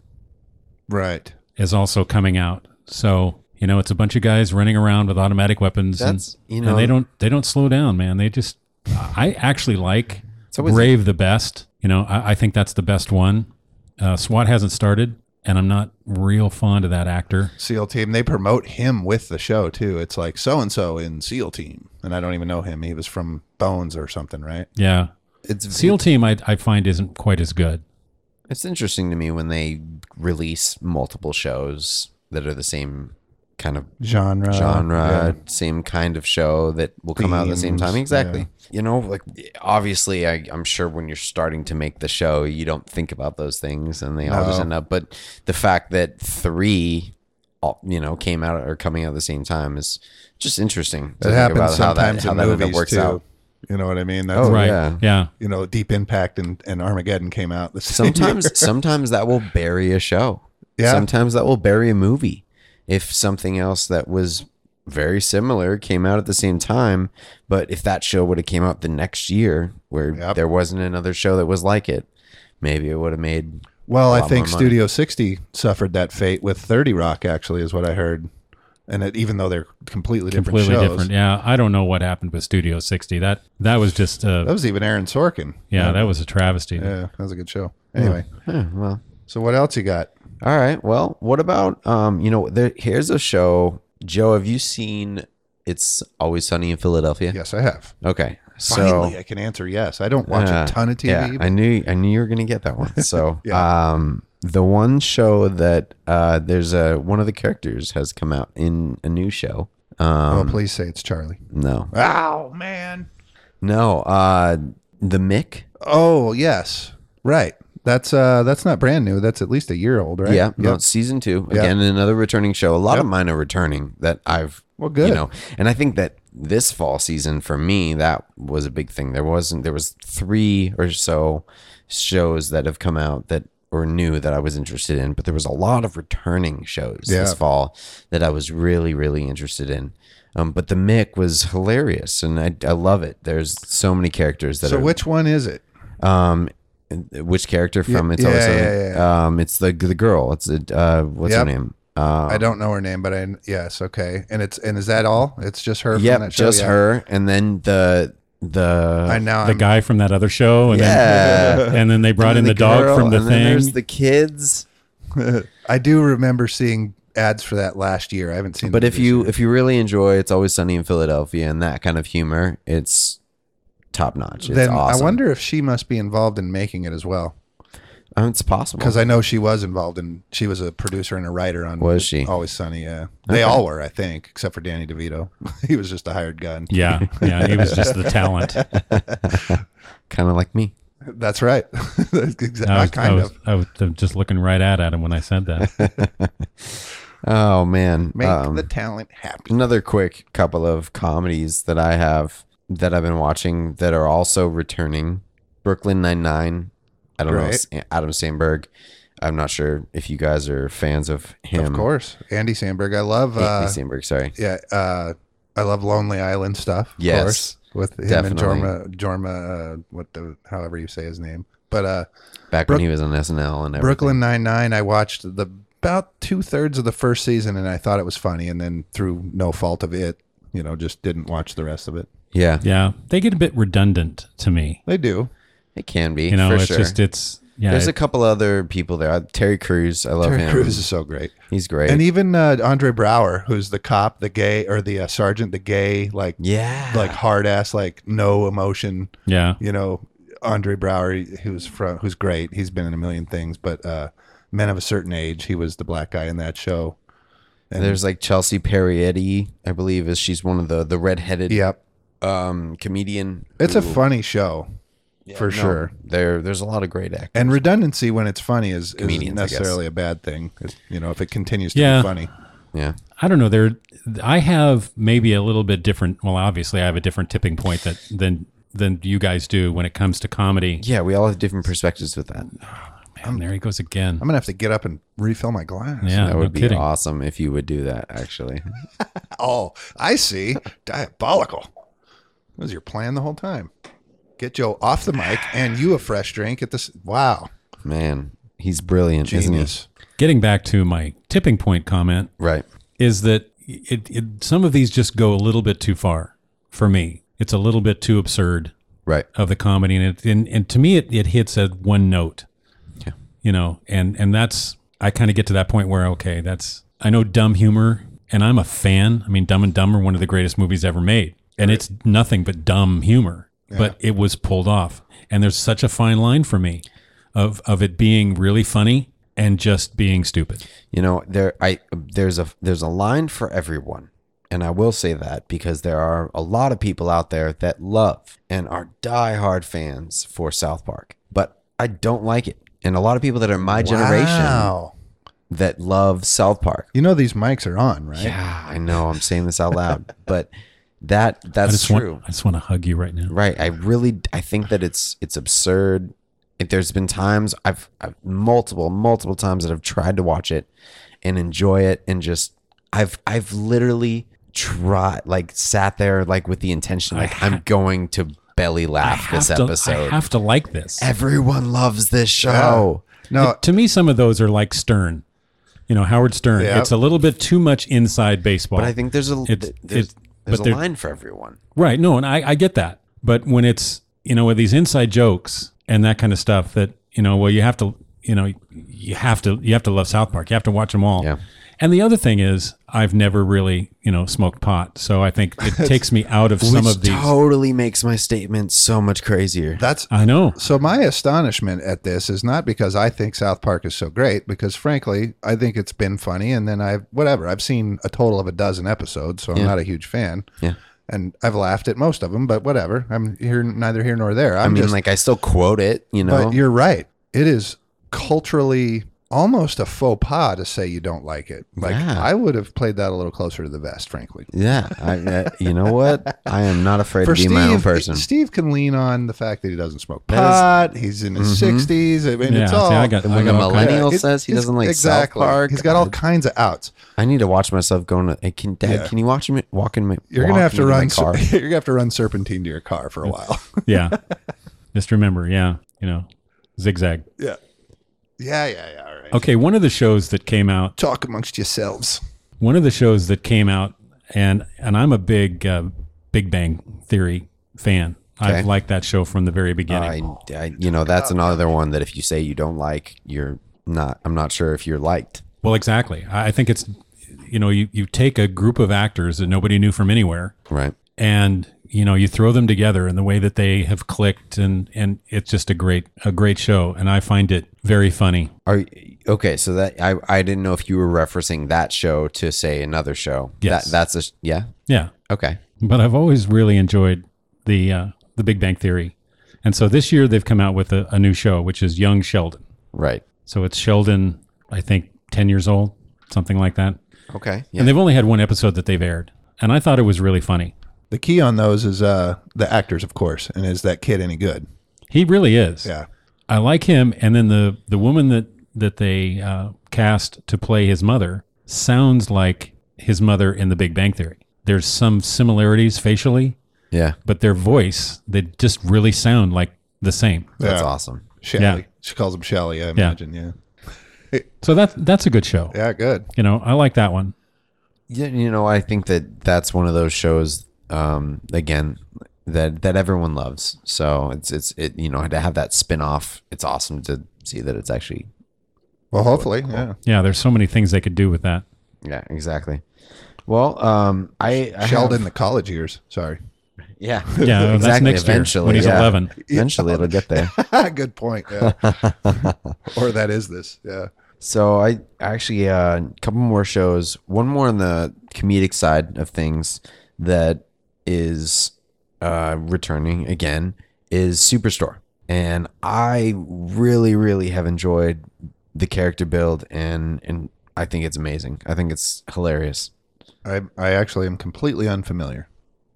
Speaker 3: Right.
Speaker 1: is also coming out. So you know, it's a bunch of guys running around with automatic weapons,
Speaker 2: That's-
Speaker 1: and,
Speaker 2: you know-
Speaker 1: and they don't they don't slow down, man. They just I actually like
Speaker 2: always-
Speaker 1: Brave the best. You know, I, I think that's the best one. Uh, SWAT hasn't started, and I'm not real fond of that actor.
Speaker 3: SEAL team. They promote him with the show too. It's like so and so in SEAL team. And I don't even know him. He was from Bones or something, right?
Speaker 1: Yeah,
Speaker 2: it's
Speaker 1: SEAL Team I I find isn't quite as good.
Speaker 2: It's interesting to me when they release multiple shows that are the same kind of
Speaker 3: genre.
Speaker 2: genre, same kind of show that will come out at the same time.
Speaker 3: Themes,
Speaker 2: Exactly. You know, like obviously, I, I'm sure when you're starting to make the show, you don't think about those things, and they all just
Speaker 3: No.
Speaker 2: end up. But the fact that three, all, you know, came out or coming out at the same time is just interesting. to
Speaker 3: It
Speaker 2: think
Speaker 3: happens
Speaker 2: about how that-
Speaker 3: sometimes
Speaker 2: how
Speaker 3: in
Speaker 2: that end up
Speaker 3: movies too. You know what I mean? That's
Speaker 2: Oh,
Speaker 1: right.
Speaker 2: yeah.
Speaker 1: yeah.
Speaker 3: You know, Deep Impact and, and Armageddon came out. The same year.
Speaker 2: Sometimes, sometimes that will bury a show.
Speaker 3: Yeah.
Speaker 2: Sometimes that will bury a movie. If something else that was very similar came out at the same time, but if that show would have came out the next year, where
Speaker 3: Yep.
Speaker 2: there wasn't another show that was like it, maybe it would have made.
Speaker 3: Well,
Speaker 2: a
Speaker 3: I
Speaker 2: lot
Speaker 3: think
Speaker 2: more money.
Speaker 3: Studio 60 suffered that fate with 30 Rock, actually, is what I heard. And it, even though they're completely different
Speaker 1: Completely
Speaker 3: shows,
Speaker 1: different. Yeah. I don't know what happened with Studio 60. That that was just
Speaker 3: that
Speaker 1: a,
Speaker 3: was even Aaron Sorkin.
Speaker 1: yeah, that was a travesty.
Speaker 3: Yeah, that was a good show. Anyway,
Speaker 2: Huh, well,
Speaker 3: so what else you got?
Speaker 2: all right. Well, what about um? You know, there, here's a show. Joe, have you seen? It's always sunny in Philadelphia.
Speaker 3: Yes, I have.
Speaker 2: Okay. So,
Speaker 3: Finally, I can answer yes. I don't watch
Speaker 2: Yeah,
Speaker 3: a ton of TV.
Speaker 2: Yeah, I knew I knew you were gonna get that one. So
Speaker 3: Yeah.
Speaker 2: um the one show that uh there's a one of the characters has come out in a new show.
Speaker 3: oh,
Speaker 2: Um
Speaker 3: please say it's Charlie.
Speaker 2: no.
Speaker 3: Oh, man.
Speaker 2: No, uh the Mick.
Speaker 3: Oh, yes. Right. That's uh that's not brand new. That's at least a year old, right?
Speaker 2: Yeah, no,
Speaker 3: Yep.
Speaker 2: it's season two.
Speaker 3: Yeah.
Speaker 2: Again, another returning show. A lot of
Speaker 3: Yep.
Speaker 2: mine are returning that I've
Speaker 3: Well, good.
Speaker 2: You know, and I think that this fall season for me that was a big thing. There wasn't there was three or so shows that have come out that or new that I was interested in, but there was a lot of returning shows this
Speaker 3: Yeah.
Speaker 2: fall that I was really really interested in. Um, but the Mick was hilarious, and I, I love it. There's so many characters that
Speaker 3: So
Speaker 2: are
Speaker 3: which one is it?
Speaker 2: um, which character from
Speaker 3: Yeah,
Speaker 2: It's Always
Speaker 3: yeah,
Speaker 2: Sunny?
Speaker 3: yeah,
Speaker 2: Um, it's the the girl. It's the, uh, what's
Speaker 3: Yep.
Speaker 2: her name? Uh,
Speaker 3: I don't know her name, but I yes, okay. And it's and is that all? It's just her. from
Speaker 2: Yep,
Speaker 3: that show?
Speaker 2: just
Speaker 3: Yeah.
Speaker 2: her, and then the the
Speaker 3: I know.
Speaker 1: The
Speaker 3: I'm,
Speaker 1: guy from that other show and
Speaker 2: Yeah.
Speaker 1: then and then they brought
Speaker 2: and
Speaker 1: in
Speaker 2: then
Speaker 1: the, dog
Speaker 2: girl,
Speaker 1: from the
Speaker 2: and then
Speaker 1: thing.
Speaker 2: There's the kids.
Speaker 3: I do remember seeing ads for that last year. I haven't seen.
Speaker 2: But
Speaker 3: it
Speaker 2: if
Speaker 3: this
Speaker 2: you
Speaker 3: year.
Speaker 2: if you really enjoy It's Always Sunny in Philadelphia and that kind of humor, it's top notch. It's
Speaker 3: then
Speaker 2: awesome.
Speaker 3: I wonder if she must be involved in making it as well,
Speaker 2: Um, it's possible.
Speaker 3: because I know she was involved in. She was a producer and a writer on.
Speaker 2: Was she?
Speaker 3: Always Sunny? Yeah,
Speaker 2: Okay.
Speaker 3: they all were, I think, except for Danny DeVito. he was just a hired gun.
Speaker 1: yeah. Yeah. He was just the talent. I
Speaker 2: kind of like me.
Speaker 3: That's right. That's exa-
Speaker 1: was, I,
Speaker 3: kind
Speaker 1: was,
Speaker 3: of.
Speaker 1: I was just looking right at at him when I said that.
Speaker 2: Oh man,
Speaker 3: Make
Speaker 2: Um,
Speaker 3: the talent happy.
Speaker 2: another quick couple of comedies that I have that I've been watching that are also returning. Brooklyn Nine Nine. I don't know
Speaker 3: Right.
Speaker 2: Sa- Adam Sandberg. I'm not sure if you guys are fans of him.
Speaker 3: Of course, Andy Sandberg. I love.
Speaker 2: Andy
Speaker 3: Uh,
Speaker 2: Sandberg. Sorry.
Speaker 3: yeah, uh, I love Lonely Island stuff. Of
Speaker 2: Yes,
Speaker 3: course, with him
Speaker 2: definitely.
Speaker 3: and Jorma, Jorma, uh, what the, however you say his name. But uh,
Speaker 2: Back
Speaker 3: Brook-
Speaker 2: when he was on SNL and everything.
Speaker 3: Brooklyn Nine Nine, I watched the about two thirds of the first season, and I thought it was funny, and then through no fault of it, you know, just didn't watch the rest of it.
Speaker 2: Yeah,
Speaker 1: Yeah. They get a bit redundant to me.
Speaker 3: They do.
Speaker 2: it can be.
Speaker 1: You know,
Speaker 2: for
Speaker 1: it's
Speaker 2: sure.
Speaker 1: just, it's, yeah.
Speaker 2: There's
Speaker 1: it-
Speaker 2: a couple other people there. Uh, Terry Crews. I love
Speaker 3: Terry
Speaker 2: him.
Speaker 3: Crews is so great,
Speaker 2: He's great.
Speaker 3: and even uh, Andre Brower, who's the cop, the gay or the uh, sergeant, the gay, like
Speaker 2: yeah.
Speaker 3: like hard ass, like no emotion.
Speaker 1: yeah.
Speaker 3: you know Andre Brower, who's from who's great. He's been in a million things, but uh, Men of a Certain Age, he was the black guy in that show. And
Speaker 2: There's like Chelsea Perrietti, I believe, is she's one of the the redheaded
Speaker 3: yep,
Speaker 2: um comedian.
Speaker 3: it's a
Speaker 2: who-
Speaker 3: funny show
Speaker 2: Yeah,
Speaker 3: for
Speaker 2: no,
Speaker 3: sure.
Speaker 2: There, there's a lot of great actors.
Speaker 3: And redundancy when it's funny is isn't
Speaker 2: Comedians, I guess.
Speaker 3: necessarily a bad thing. It's, you know, if it continues to
Speaker 1: Yeah.
Speaker 3: be funny,
Speaker 2: yeah,
Speaker 1: I don't know. There, I have maybe a little bit different. Well, obviously, I have a different tipping point that than than you guys do when it comes to comedy.
Speaker 2: yeah, we all have different perspectives with that.
Speaker 1: Man, there he goes again.
Speaker 3: I'm gonna have to get up and refill my glass.
Speaker 1: yeah,
Speaker 2: That
Speaker 1: no
Speaker 2: would be
Speaker 1: kidding.
Speaker 2: awesome if you would do that. Actually,
Speaker 3: Oh, I see. Diabolical. That was your plan the whole time. Get Joe off the mic and you a fresh drink at this. Wow,
Speaker 2: man, he's brilliant, isn't
Speaker 3: genius.
Speaker 1: Getting back to my tipping point comment
Speaker 2: he? Right.
Speaker 1: is that it, it some of these just go a little bit too far for me. It's a little bit too absurd
Speaker 2: Right.
Speaker 1: of the comedy, and it and, and to me, it, it hits at one note.
Speaker 2: Yeah.
Speaker 1: you know, and and that's I kind of get to that point where okay, that's I know dumb humor, and I'm a fan. I mean, Dumb and Dumber, one of the greatest movies ever made, and it's nothing but dumb humor, but it was pulled off. And there's such a fine line for me of of it being really funny and just being stupid.
Speaker 2: You know, there I there's a there's a line for everyone. And I will say that because there are a lot of people out there that love and are diehard fans for South Park. But I don't like it. And a lot of people that are my generation
Speaker 3: Wow.
Speaker 2: that love South Park.
Speaker 3: You know these mics are on, right?
Speaker 2: Yeah, I know I'm saying this out loud, but that
Speaker 1: I
Speaker 2: that's
Speaker 1: just
Speaker 2: true.
Speaker 1: want I just want to hug you right now.
Speaker 2: Right. I really I think that it's it's absurd. If there's been times I've, I've multiple multiple times that I've tried to watch it and enjoy it and just I've I've literally tried like sat there like with the intention like I'm going to belly
Speaker 1: I
Speaker 2: laugh
Speaker 1: have
Speaker 2: this
Speaker 1: to I
Speaker 2: episode.
Speaker 1: have to like this.
Speaker 2: Everyone loves this show.
Speaker 3: No,
Speaker 1: to me, some of those are like Stern. You know, Howard Stern.
Speaker 3: Yeah.
Speaker 1: It's a little bit too much inside baseball.
Speaker 2: But I think there's a
Speaker 1: It's-
Speaker 2: there's,
Speaker 1: it's-
Speaker 2: there's
Speaker 1: but
Speaker 2: a
Speaker 1: there-
Speaker 2: line for everyone.
Speaker 1: Right. No, and I, I get that. But when it's, you know, with these inside jokes and that kind of stuff that, you know, well, you have to, you know, you have to, you have to love South Park. You have to watch them all.
Speaker 2: Yeah.
Speaker 1: And the other thing is, I've never really, you know, smoked pot. So I think it takes me out of some
Speaker 2: Which
Speaker 1: of these.
Speaker 2: totally makes my statement so much crazier.
Speaker 3: that's
Speaker 1: I know.
Speaker 3: so my astonishment at this is not because I think South Park is so great, because frankly, I think it's been funny. And then I've, whatever, I've seen a total of a dozen episodes, so I'm
Speaker 2: Yeah.
Speaker 3: not a huge fan.
Speaker 2: Yeah.
Speaker 3: And I've laughed at most of them, but whatever. I'm here, neither here nor there.
Speaker 2: I
Speaker 3: I'm
Speaker 2: mean,
Speaker 3: just,
Speaker 2: like I still quote it, you know.
Speaker 3: but you're right. It is culturally almost a faux pas to say you don't like it. Like,
Speaker 2: Yeah.
Speaker 3: I would have played that a little closer to the vest, frankly.
Speaker 2: Yeah, I, uh, you know what? I am not afraid
Speaker 3: for
Speaker 2: to be
Speaker 3: Steve,
Speaker 2: my own person.
Speaker 3: Steve can lean on the fact that he doesn't smoke
Speaker 2: That is-
Speaker 3: pot. he's in his
Speaker 2: Mhm.
Speaker 3: 60s. I mean,
Speaker 1: yeah.
Speaker 3: it's
Speaker 1: see,
Speaker 3: all.
Speaker 1: I got,
Speaker 2: And
Speaker 1: I
Speaker 2: when
Speaker 1: got
Speaker 2: a
Speaker 1: all kinds-
Speaker 2: millennial
Speaker 3: it-
Speaker 2: says he
Speaker 3: it's-
Speaker 2: doesn't like
Speaker 3: exactly.
Speaker 2: South Park,
Speaker 3: He's got all
Speaker 2: I,
Speaker 3: kinds of outs.
Speaker 2: I need to watch myself going. To, hey, can Dad?
Speaker 3: Yeah.
Speaker 2: Can you watch me? Walk in my.
Speaker 3: You're
Speaker 2: walk
Speaker 3: gonna have
Speaker 2: me
Speaker 3: to run.
Speaker 2: My car.
Speaker 3: ser- You're gonna have to run serpentine to your car for a while.
Speaker 1: yeah. Just remember. Yeah. You know, zigzag.
Speaker 3: yeah, yeah, yeah, yeah. All right.
Speaker 1: Okay. One of the shows that came out
Speaker 3: Talk amongst yourselves.
Speaker 1: one of the shows that came out and and I'm a big uh, Big Bang Theory fan. I've
Speaker 2: Okay.
Speaker 1: liked that show from the very beginning.
Speaker 2: I, I, you know, that's another one that if you say you don't like, you're not. I'm not sure if you're liked.
Speaker 1: well, exactly. I I think it's you know, you, you take a group of actors that nobody knew from anywhere
Speaker 2: Right.
Speaker 1: and you know, you throw them together in the way that they have clicked and and it's just a great a great show and I find it very funny.
Speaker 2: Are you- okay. So that I, I didn't know if you were referencing that show to say another show.
Speaker 1: Yes.
Speaker 2: That, that's a sh- yeah.
Speaker 1: Yeah.
Speaker 2: Okay.
Speaker 1: But I've always really enjoyed the uh, the Big Bang Theory. And so this year they've come out with a, a new show which is Young Sheldon.
Speaker 2: Right.
Speaker 1: So it's Sheldon, I think, 10 years old, something like that.
Speaker 2: Okay.
Speaker 1: And
Speaker 2: Yeah.
Speaker 1: they've only had one episode that they've aired. And I thought it was really funny.
Speaker 3: The key on those is uh, the actors, of course, and is that kid any good?
Speaker 1: He really is.
Speaker 3: Yeah,
Speaker 1: I like him. And then the, the woman that, that they uh, cast to play his mother sounds like his mother in The Big Bang Theory. There's some similarities facially,
Speaker 2: yeah.
Speaker 1: but their voice, they just really sound like the same.
Speaker 2: That's
Speaker 3: Yeah.
Speaker 2: awesome.
Speaker 3: Shelly.
Speaker 1: Yeah.
Speaker 3: She calls him Shelly. I imagine. Yeah,
Speaker 1: So that, that's a good show.
Speaker 3: yeah, good.
Speaker 1: You know, I like that one.
Speaker 2: Yeah, you know, I think that that's one of those shows um, again that that everyone loves. So it's it's it you know to have that spin off. It's awesome to see that it's actually
Speaker 3: Well, hopefully, yeah.
Speaker 1: Yeah, there's so many things they could do with that.
Speaker 2: yeah exactly. Well, um, I, I have-
Speaker 3: Sheldon, the college years. Sorry.
Speaker 2: yeah,
Speaker 1: Yeah, that's
Speaker 2: Exactly,
Speaker 1: next year
Speaker 2: eventually,
Speaker 1: when he's
Speaker 2: yeah.
Speaker 1: 11.
Speaker 2: Eventually, it'll get there.
Speaker 3: Good point. Yeah. or that is this. Yeah.
Speaker 2: So I actually a couple more shows. One more on the comedic side of things that is uh, returning again is Superstore, and I really, really have enjoyed the character build, and and I think it's amazing. I think it's hilarious.
Speaker 3: I I actually am completely unfamiliar.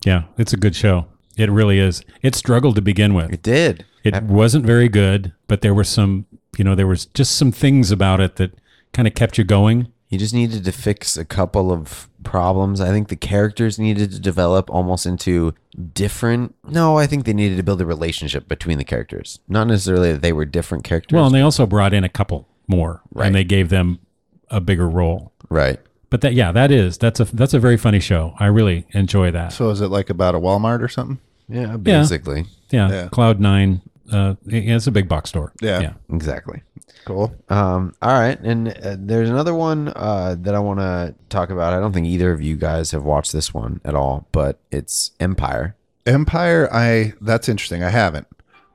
Speaker 1: Yeah, it's a good show. It really is. It struggled to begin with.
Speaker 2: It did.
Speaker 1: It wasn't very good, but there were some, you know, there was just some things about it that kind of kept you going.
Speaker 2: You just needed to fix a couple of problems. I think the characters needed to develop almost into different. No, I think they needed to build a relationship between the characters. Not necessarily that they were different characters.
Speaker 1: Well, and they also brought in a couple more,
Speaker 2: Right.
Speaker 1: and they gave them a bigger role.
Speaker 2: right.
Speaker 1: But that, yeah, that is that's a that's a very funny show. I really enjoy that.
Speaker 3: So is it like about a Walmart or something?
Speaker 2: Yeah, basically.
Speaker 1: yeah,
Speaker 3: Yeah.
Speaker 1: Cloud Nine. Uh, yeah, it's a big box store.
Speaker 3: Yeah.
Speaker 1: yeah.
Speaker 2: Exactly.
Speaker 3: Cool.
Speaker 2: Um, all right. And uh, there's another one uh, that I want to talk about. I don't think either of you guys have watched this one at all, but it's Empire.
Speaker 3: Empire. I that's interesting. I haven't,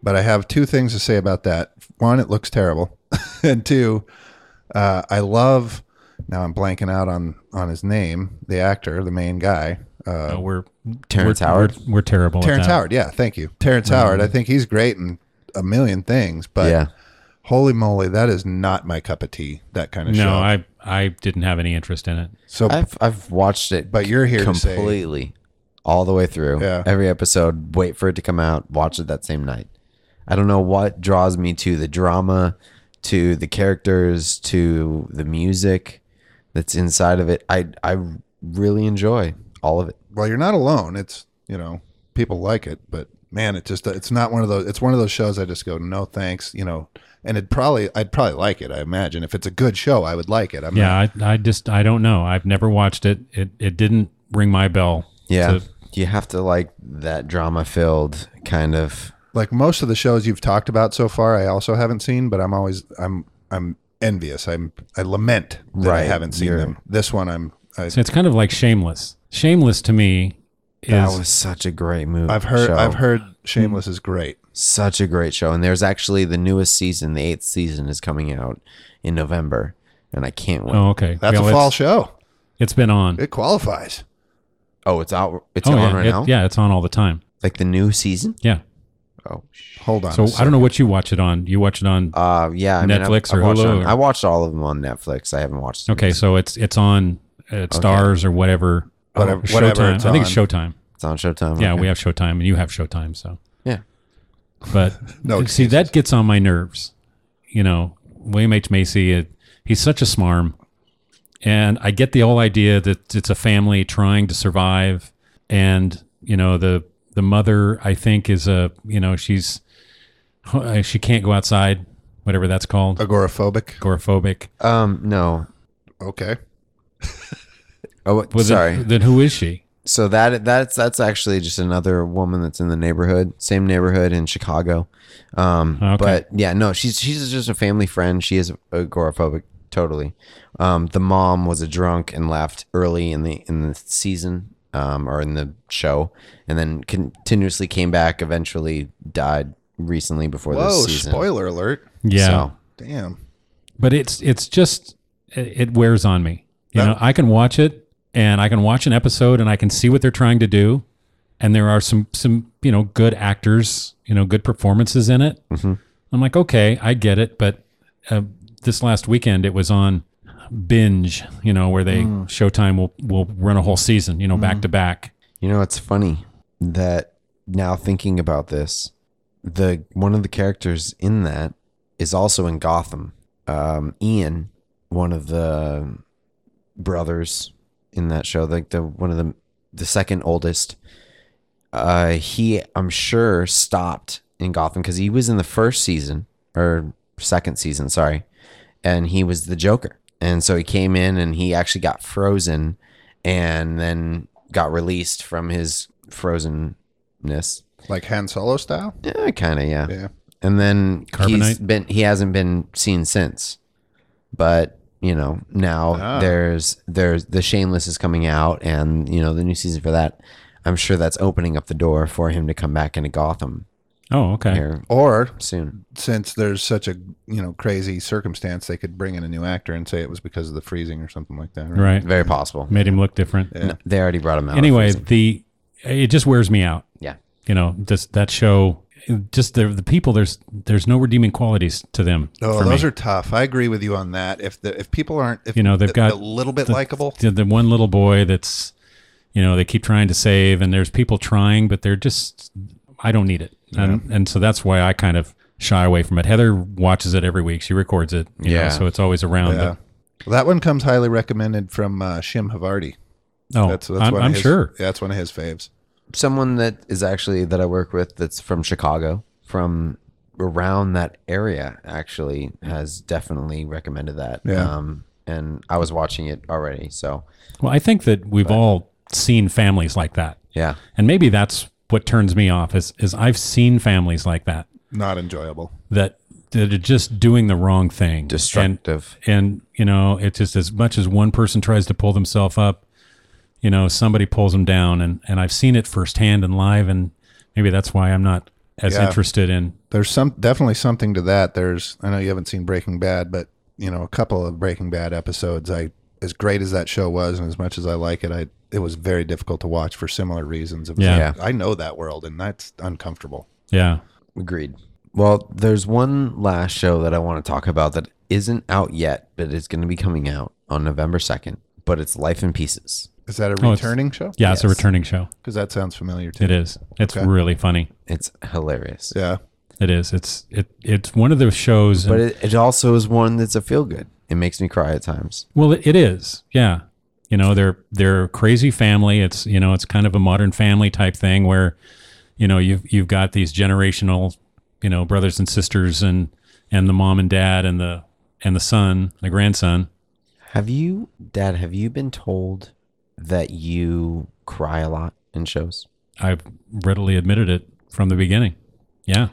Speaker 3: but I have two things to say about that. One, it looks terrible, and two, Uh, I love. Now I'm blanking out on on his name. The actor, the main guy. Uh,
Speaker 1: Uh, we're
Speaker 2: Terrence
Speaker 1: we're,
Speaker 2: Howard?
Speaker 1: We're, we're terrible. at
Speaker 3: Terrence
Speaker 1: that.
Speaker 3: Howard. Yeah, thank you, Terrence Howard. I think he's great in a million things, but
Speaker 2: yeah.
Speaker 3: holy moly, that is not my cup of tea. That kind of
Speaker 1: No,
Speaker 3: show.
Speaker 1: I I didn't have any interest in it.
Speaker 3: so
Speaker 2: I've I've watched it,
Speaker 3: But you're here to say-
Speaker 2: completely, all the way through.
Speaker 3: Yeah.
Speaker 2: Every episode, wait for it to come out, watch it that same night. I don't know what draws me to the drama, to the characters, to the music that's inside of it. I I really enjoy all of it.
Speaker 3: well, you're not alone. It's you know people like it, but man, it just it's not one of those. It's one of those shows I just go no thanks. You know, and it probably I'd probably like it. I imagine if it's a good show, I would like it. I'm not-
Speaker 1: Yeah, I, I just I don't know. I've never watched it. It it didn't ring my bell.
Speaker 2: Yeah.
Speaker 1: So-
Speaker 2: you have to like that drama filled kind of
Speaker 3: like most of the shows you've talked about so far. I also haven't seen, but I'm always I'm I'm envious. I'm I lament that I
Speaker 2: Right,
Speaker 3: haven't seen
Speaker 2: you're-
Speaker 3: them. This one I'm. I,
Speaker 1: So it's kind of like Shameless. Shameless to me
Speaker 2: that
Speaker 1: is
Speaker 2: was such a great movie.
Speaker 3: I've heard.
Speaker 2: show.
Speaker 3: I've heard.
Speaker 1: Hmm.
Speaker 3: Shameless is great.
Speaker 2: such a great show and there's actually the newest season the eighth season is coming out in november and i can't wait oh,
Speaker 1: oh okay.
Speaker 3: That's
Speaker 1: Well,
Speaker 3: a
Speaker 1: it's-
Speaker 3: fall show.
Speaker 1: it's been on.
Speaker 3: It qualifies.
Speaker 2: it's out it's
Speaker 1: oh
Speaker 2: on
Speaker 1: yeah,
Speaker 2: right
Speaker 1: it-
Speaker 2: now
Speaker 1: yeah, it's on all the time.
Speaker 2: like the new season
Speaker 1: Yeah.
Speaker 2: oh
Speaker 3: Hold on.
Speaker 1: So
Speaker 3: a
Speaker 1: I
Speaker 3: sec.
Speaker 1: don't know what you watch it on. You watch it on.
Speaker 2: uh yeah I I've-
Speaker 1: Netflix
Speaker 2: I've
Speaker 1: or
Speaker 2: watched
Speaker 1: Hulu
Speaker 2: on-
Speaker 1: or-
Speaker 2: i watched all of them on netflix i haven't watched them.
Speaker 1: Okay, so it's it's on at Stars or whatever.
Speaker 3: Whatever-
Speaker 1: Showtime.
Speaker 3: whatever it's
Speaker 1: I think it's Showtime.
Speaker 2: it's on showtime
Speaker 1: Yeah,
Speaker 2: okay.
Speaker 1: we have Showtime and you have Showtime, so.
Speaker 2: yeah
Speaker 1: But
Speaker 3: No
Speaker 1: see, that gets on my nerves. You know, William H Macy, it, he's such a smarm, and I get the whole idea that it's a family trying to survive, and you know the the mother I think is a you know she's uh, she can't go outside, whatever that's called,
Speaker 3: Agoraphobic.
Speaker 1: agoraphobic.
Speaker 2: um no
Speaker 3: Okay.
Speaker 2: oh
Speaker 1: Well, then-
Speaker 2: sorry
Speaker 1: Then, who is she?
Speaker 2: so that that's that's actually just another woman that's in the neighborhood, same neighborhood in Chicago. Um,
Speaker 1: Okay.
Speaker 2: But yeah, no, she's she's just a family friend. She is agoraphobic, totally. Um, the mom was a drunk and left early in the in the season um, or in the show, and then continuously came back. Eventually, died recently before
Speaker 3: Whoa!
Speaker 2: this season.
Speaker 3: Spoiler alert.
Speaker 1: Yeah.
Speaker 2: So,
Speaker 3: Damn.
Speaker 1: but it's it's just it it wears on me. You
Speaker 3: That-
Speaker 1: know, I can watch it and I can watch an episode and I can see what they're trying to do, and there are some some you know good actors, you know good performances in it. I'm like, okay, I get it, but uh, this last weekend it was on binge, you know, where they Showtime will will run a whole season, you know, back to back.
Speaker 2: You know, it's funny that now thinking about this, the one of the characters in that is also in Gotham. Um, Ian, one of the brothers in that show, like the one of the the second oldest. Uh, he, I'm sure, stopped in Gotham because he was in the first season or second season, sorry, and he was the Joker. And so he came in and he actually got frozen and then got released from his frozenness.
Speaker 3: Like Han Solo style.
Speaker 2: Yeah, kind of, yeah.
Speaker 3: Yeah.
Speaker 2: And then he's
Speaker 1: Carbonite?
Speaker 2: been he hasn't been seen since. But, you know, now
Speaker 3: Ah.
Speaker 2: there's there's the Shameless is coming out and, you know, the new season for that. I'm sure that's opening up the door for him to come back into Gotham
Speaker 1: Oh, okay.
Speaker 2: here
Speaker 3: Or
Speaker 2: soon.
Speaker 3: since there's such a you know crazy circumstance, they could bring in a new actor and say it was because of the freezing or something like that. Right.
Speaker 1: Right.
Speaker 2: Very possible.
Speaker 1: Made him look different.
Speaker 2: No, they already brought him out.
Speaker 1: anyway, the it just wears me out.
Speaker 2: Yeah.
Speaker 1: you know this that show just the the people there's there's no redeeming qualities to them
Speaker 3: Oh,
Speaker 1: for
Speaker 3: those
Speaker 1: me.
Speaker 3: are tough. I agree with you on that. If the if people aren't, if
Speaker 1: You know, they've
Speaker 3: a-
Speaker 1: got
Speaker 3: a little bit
Speaker 1: the-
Speaker 3: likable.
Speaker 1: the, the one little boy that's you know they keep trying to save and there's people trying but they're just I don't need it and and so that's why I kind of shy away from it. Heather watches it every week. She records it. you know,
Speaker 2: Yeah.
Speaker 1: so it's always around.
Speaker 3: Yeah. Well, that one comes highly recommended from uh, Shim Havarti.
Speaker 1: But, oh,
Speaker 3: That's, that's
Speaker 1: I'm,
Speaker 3: one
Speaker 1: I'm
Speaker 3: of his,
Speaker 1: sure.
Speaker 3: yeah, that's one of his faves.
Speaker 2: someone that is actually that I work with that's from Chicago, from around that area, actually has definitely recommended that.
Speaker 3: Yeah.
Speaker 2: Um, and I was watching it already, so
Speaker 1: Well, I think that we've all seen families like that,
Speaker 2: yeah,
Speaker 1: and maybe that's what turns me off is is I've seen families like that
Speaker 3: Not enjoyable.
Speaker 1: that that are just doing the wrong thing. And,
Speaker 2: destructive.
Speaker 1: and you know, it's just as much as one person tries to pull themselves up, you know, somebody pulls them down. And and I've seen it firsthand and live, and maybe that's why I'm not as
Speaker 3: Yeah.
Speaker 1: interested in.
Speaker 3: There's some definitely something to that. There's I know you haven't seen Breaking Bad, but you know a couple of Breaking Bad episodes. I as great as that show was, and as much as I like it, I it was very difficult to watch for similar reasons. It was
Speaker 1: Yeah.
Speaker 3: like, I know that world, and that's uncomfortable.
Speaker 1: Yeah.
Speaker 2: Agreed. Well, there's one last show that I want to talk about that isn't out yet, but it's going to be coming out on November 2nd. But it's Life in Pieces.
Speaker 3: Is that a
Speaker 1: Oh, it's-
Speaker 3: returning show?
Speaker 1: Yeah. It's a
Speaker 2: Yes.
Speaker 1: returning show.
Speaker 3: because that sounds familiar to
Speaker 1: It
Speaker 3: me.
Speaker 1: is. It's
Speaker 3: Okay.
Speaker 1: really funny.
Speaker 2: It's hilarious.
Speaker 3: Yeah,
Speaker 1: It is. It's it. It's one of those shows.
Speaker 2: But it, it also is one that's a feel good. It makes me cry at times.
Speaker 1: Well, it, it is. Yeah. You know, they're they're a crazy family. It's you know, it's kind of a modern family type thing where, you know, you've you've got these generational, you know, brothers and sisters and and the mom and dad and the and the son, the grandson.
Speaker 2: Have you, Dad, have you been told that you cry a lot in shows?
Speaker 1: I've readily admitted it from the beginning. Yeah.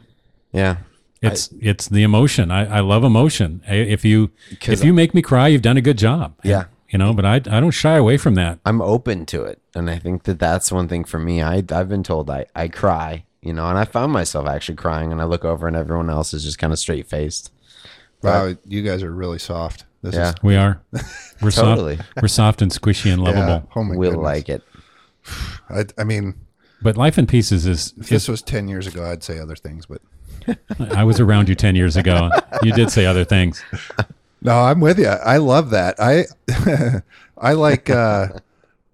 Speaker 2: Yeah.
Speaker 1: It's it's the emotion. I, I love emotion. I- If you
Speaker 2: 'Cause
Speaker 1: if you make me cry, you've done a good job.
Speaker 2: Yeah.
Speaker 1: You know, but I I don't shy away from that.
Speaker 2: I'm open to it. And I think that that's one thing for me. I, I've been told I, I cry, you know, and I found myself actually crying and I look over and everyone else is just kind of straight faced.
Speaker 3: wow, you guys are really soft. This
Speaker 2: Yeah.
Speaker 3: is
Speaker 1: We are. We're
Speaker 2: Totally.
Speaker 1: soft. We're soft and squishy and lovable.
Speaker 3: yeah, oh my
Speaker 2: we'll
Speaker 3: goodness.
Speaker 2: like it.
Speaker 3: I, I mean,
Speaker 1: But Life in Pieces is,
Speaker 3: if this was ten years ago, I'd say other things, but
Speaker 1: I was around you 10 years ago. You did say other things.
Speaker 3: No, I'm with you. I love that. I I like uh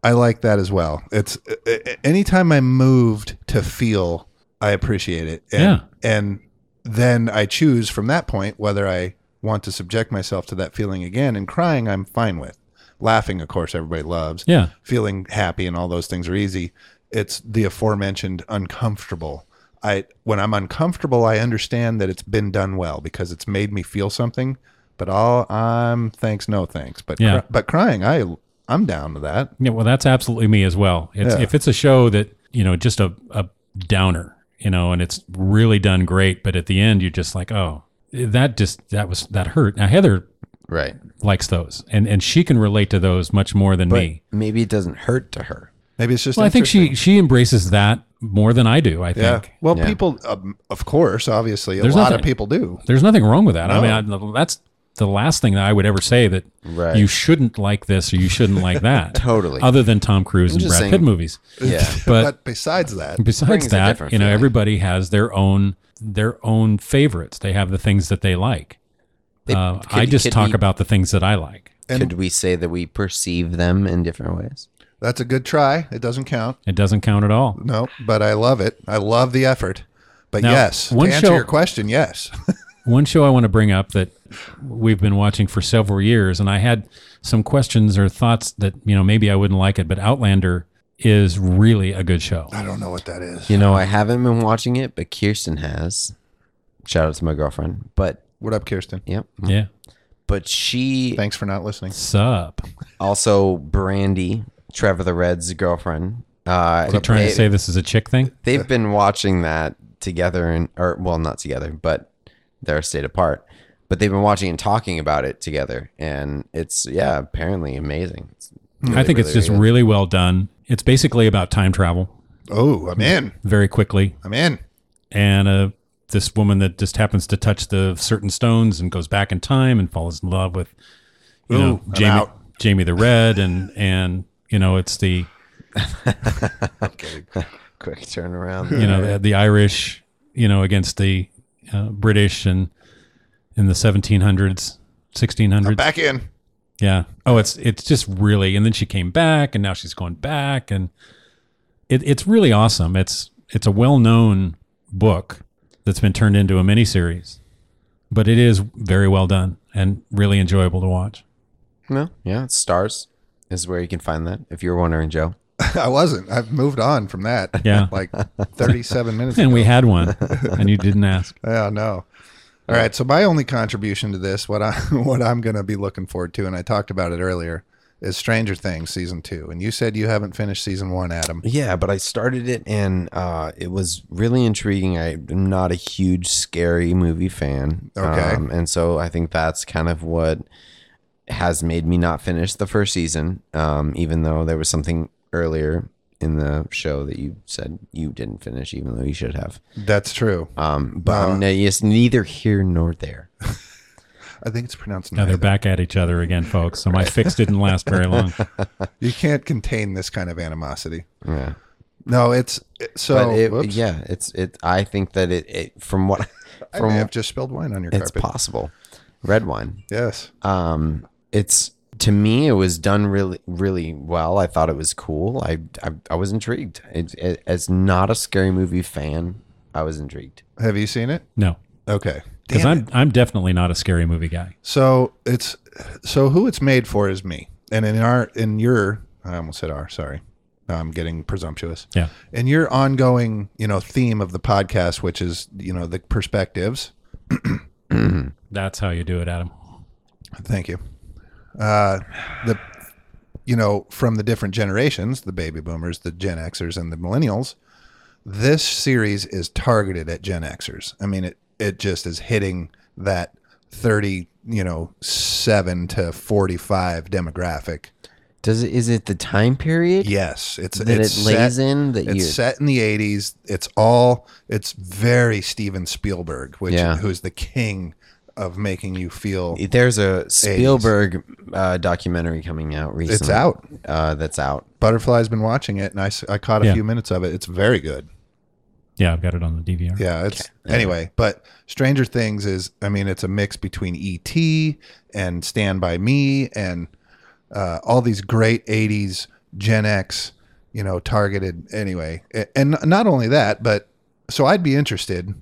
Speaker 3: I like that as well. It's a- a- anytime I'm moved to feel, I appreciate it. And,
Speaker 1: Yeah.
Speaker 3: And then I choose from that point whether I want to subject myself to that feeling again. And crying, I'm fine with. Laughing, of course, everybody loves.
Speaker 1: Yeah.
Speaker 3: Feeling happy and all those things are easy. It's the aforementioned uncomfortable. I when I'm uncomfortable, I understand that it's been done well because it's made me feel something. But all I'm thanks, no thanks. But
Speaker 1: Yeah.
Speaker 3: cr- but crying, I I'm down to that.
Speaker 1: Yeah. Well, that's absolutely me as well. It's,
Speaker 3: Yeah.
Speaker 1: If it's a show that, you know, just a, a downer, you know, and it's really done great, but at the end, you're just like, oh, that just, that was, that hurt. Now, Heather
Speaker 2: Right.
Speaker 1: likes those and, and she can relate to those much more than
Speaker 2: But
Speaker 1: me.
Speaker 2: maybe it doesn't hurt to her.
Speaker 3: Maybe it's just
Speaker 1: Well, I think
Speaker 3: interesting.
Speaker 1: she, she embraces that more than I do, I
Speaker 3: yeah.
Speaker 1: think.
Speaker 3: Well,
Speaker 2: Yeah.
Speaker 3: people um, of course, obviously, a
Speaker 1: There's
Speaker 3: lot of
Speaker 1: nothing-
Speaker 3: people do.
Speaker 1: There's nothing wrong with that. I mean, I, that's the last thing that I would ever say that
Speaker 2: Right.
Speaker 1: you shouldn't like this or you shouldn't like that.
Speaker 2: Totally.
Speaker 1: Other than Tom Cruise and
Speaker 2: just
Speaker 1: Brad
Speaker 2: saying-
Speaker 1: Pitt movies.
Speaker 2: Yeah.
Speaker 1: But-
Speaker 3: besides that,
Speaker 1: Besides
Speaker 2: brings a
Speaker 1: that,
Speaker 2: different
Speaker 1: you know,
Speaker 2: feeling.
Speaker 1: everybody has their own their own favorites. They have the things that they like. Uh,
Speaker 2: could-
Speaker 1: I just
Speaker 2: could
Speaker 1: talk
Speaker 2: we-
Speaker 1: about the things that I like.
Speaker 3: and-
Speaker 2: Could we say that we perceive them in different ways?
Speaker 3: that's a good try. It doesn't count.
Speaker 1: It doesn't count at all.
Speaker 3: No, but I love it. I love the effort. But
Speaker 1: Now,
Speaker 3: yes, to
Speaker 1: one
Speaker 3: answer
Speaker 1: show-
Speaker 3: your question, yes.
Speaker 1: One show I want to bring up that we've been watching for several years, and I had some questions or thoughts that you know maybe I wouldn't like it, but Outlander is really a good show.
Speaker 3: I don't know what that is.
Speaker 2: You know, I haven't been watching it, but Kirsten has. Shout out to my girlfriend. But,
Speaker 3: What up, Kirsten?
Speaker 2: yep.
Speaker 1: Yeah,
Speaker 2: But she
Speaker 3: Thanks for not listening.
Speaker 1: sup?
Speaker 2: also, Brandy, Trevor the Red's girlfriend. Uh,
Speaker 1: Are you trying
Speaker 2: they-
Speaker 1: to say this is a chick thing?
Speaker 2: they've been watching that together and or well not together but they're a state apart but they've been watching and talking about it together and it's yeah apparently amazing It's
Speaker 1: I think it's
Speaker 2: really
Speaker 1: just really well done. It's basically about time travel
Speaker 3: Oh, I'm in.
Speaker 1: very quickly.
Speaker 3: I'm in.
Speaker 1: And uh, this woman that just happens to touch the certain stones and goes back in time and falls in love with you
Speaker 3: Ooh,
Speaker 1: know,
Speaker 3: I'm
Speaker 1: Jamie,
Speaker 3: out.
Speaker 1: Jamie the Red. And, and, you know, it's the,
Speaker 2: quick turnaround
Speaker 1: you know, the, the Irish, you know, against the uh, British and in the 1700s, 1600s.
Speaker 3: Back in.
Speaker 1: Yeah. Oh, it's it's just really. And then she came back, and now she's going back, and it, it's really awesome. It's it's a well known book that's been turned into a miniseries, but it is very well done and really enjoyable to watch.
Speaker 2: no yeah it's stars is where you can find that if you're wondering joe
Speaker 3: I wasn't. I've moved on from that.
Speaker 1: Yeah.
Speaker 3: Like 37 minutes
Speaker 1: And
Speaker 3: ago.
Speaker 1: we had one, and you didn't ask.
Speaker 3: Yeah, no. All right. So my only contribution to this, what I what I'm going to be looking forward to, and I talked about it earlier, is Stranger Things season two. And you said you haven't finished season one, Adam.
Speaker 2: yeah but i started it and uh it was really intriguing i'm not a huge scary movie fan um,
Speaker 3: Okay.
Speaker 2: and so i think that's kind of what has made me not finish the first season, um, even though there was something earlier in the show that you said you didn't finish, even though you should have.
Speaker 3: That's true.
Speaker 2: Um, but I'm n- it's neither here nor there.
Speaker 3: I think it's pronounced
Speaker 1: Now they're
Speaker 3: neither.
Speaker 1: back at each other again, folks. So my fix didn't last very long.
Speaker 3: You can't contain this kind of animosity.
Speaker 2: Yeah.
Speaker 3: No, it's it- so.
Speaker 2: but it,
Speaker 3: whoops.
Speaker 2: yeah, it's it. I think that it, it from what
Speaker 3: I
Speaker 2: from
Speaker 3: may have just spilled wine on your
Speaker 2: it's
Speaker 3: carpet.
Speaker 2: possible, red wine.
Speaker 3: yes.
Speaker 2: Um, it's to me, it was done really, really well. I thought it was cool. I I, I was intrigued. It, it, as not a scary movie fan, I was intrigued.
Speaker 3: Have you seen it?
Speaker 1: No,
Speaker 3: Okay.
Speaker 1: because
Speaker 3: Damn
Speaker 1: I'm I'm definitely not a scary movie guy.
Speaker 3: So it's so who it's made for is me, and in our in your I almost said our sorry, Now I'm getting presumptuous.
Speaker 1: Yeah.
Speaker 3: And your ongoing you know theme of the podcast, which is you know the perspectives.
Speaker 1: That's how you do it, Adam.
Speaker 3: Thank you. Uh, the you know from the different generations, the baby boomers, the Gen Xers, and the millennials. This series is targeted at Gen Xers. I mean it it just is hitting that thirty you know seven to forty five demographic.
Speaker 2: Does it is it the time period
Speaker 3: Yes, it's
Speaker 2: that
Speaker 3: it's
Speaker 2: it lays
Speaker 3: set,
Speaker 2: in that
Speaker 3: It's
Speaker 2: you?
Speaker 3: set in the '80s. It's all. It's very Steven Spielberg, which
Speaker 2: Yeah.
Speaker 3: who's the king of making you feel.
Speaker 2: There's a Spielberg uh, documentary coming out recently.
Speaker 3: It's out.
Speaker 2: Uh, that's out.
Speaker 3: Butterfly's been watching it, and I, s- I caught a
Speaker 1: Yeah.
Speaker 3: few minutes of it. It's very good.
Speaker 1: Yeah, I've got it on the DVR.
Speaker 3: Yeah, it's anyway. But Stranger Things is. I mean, it's a mix between E.T. and Stand by Me and uh, all these great '80s Gen X, you know, targeted. Anyway, A- and not only that, but so I'd be interested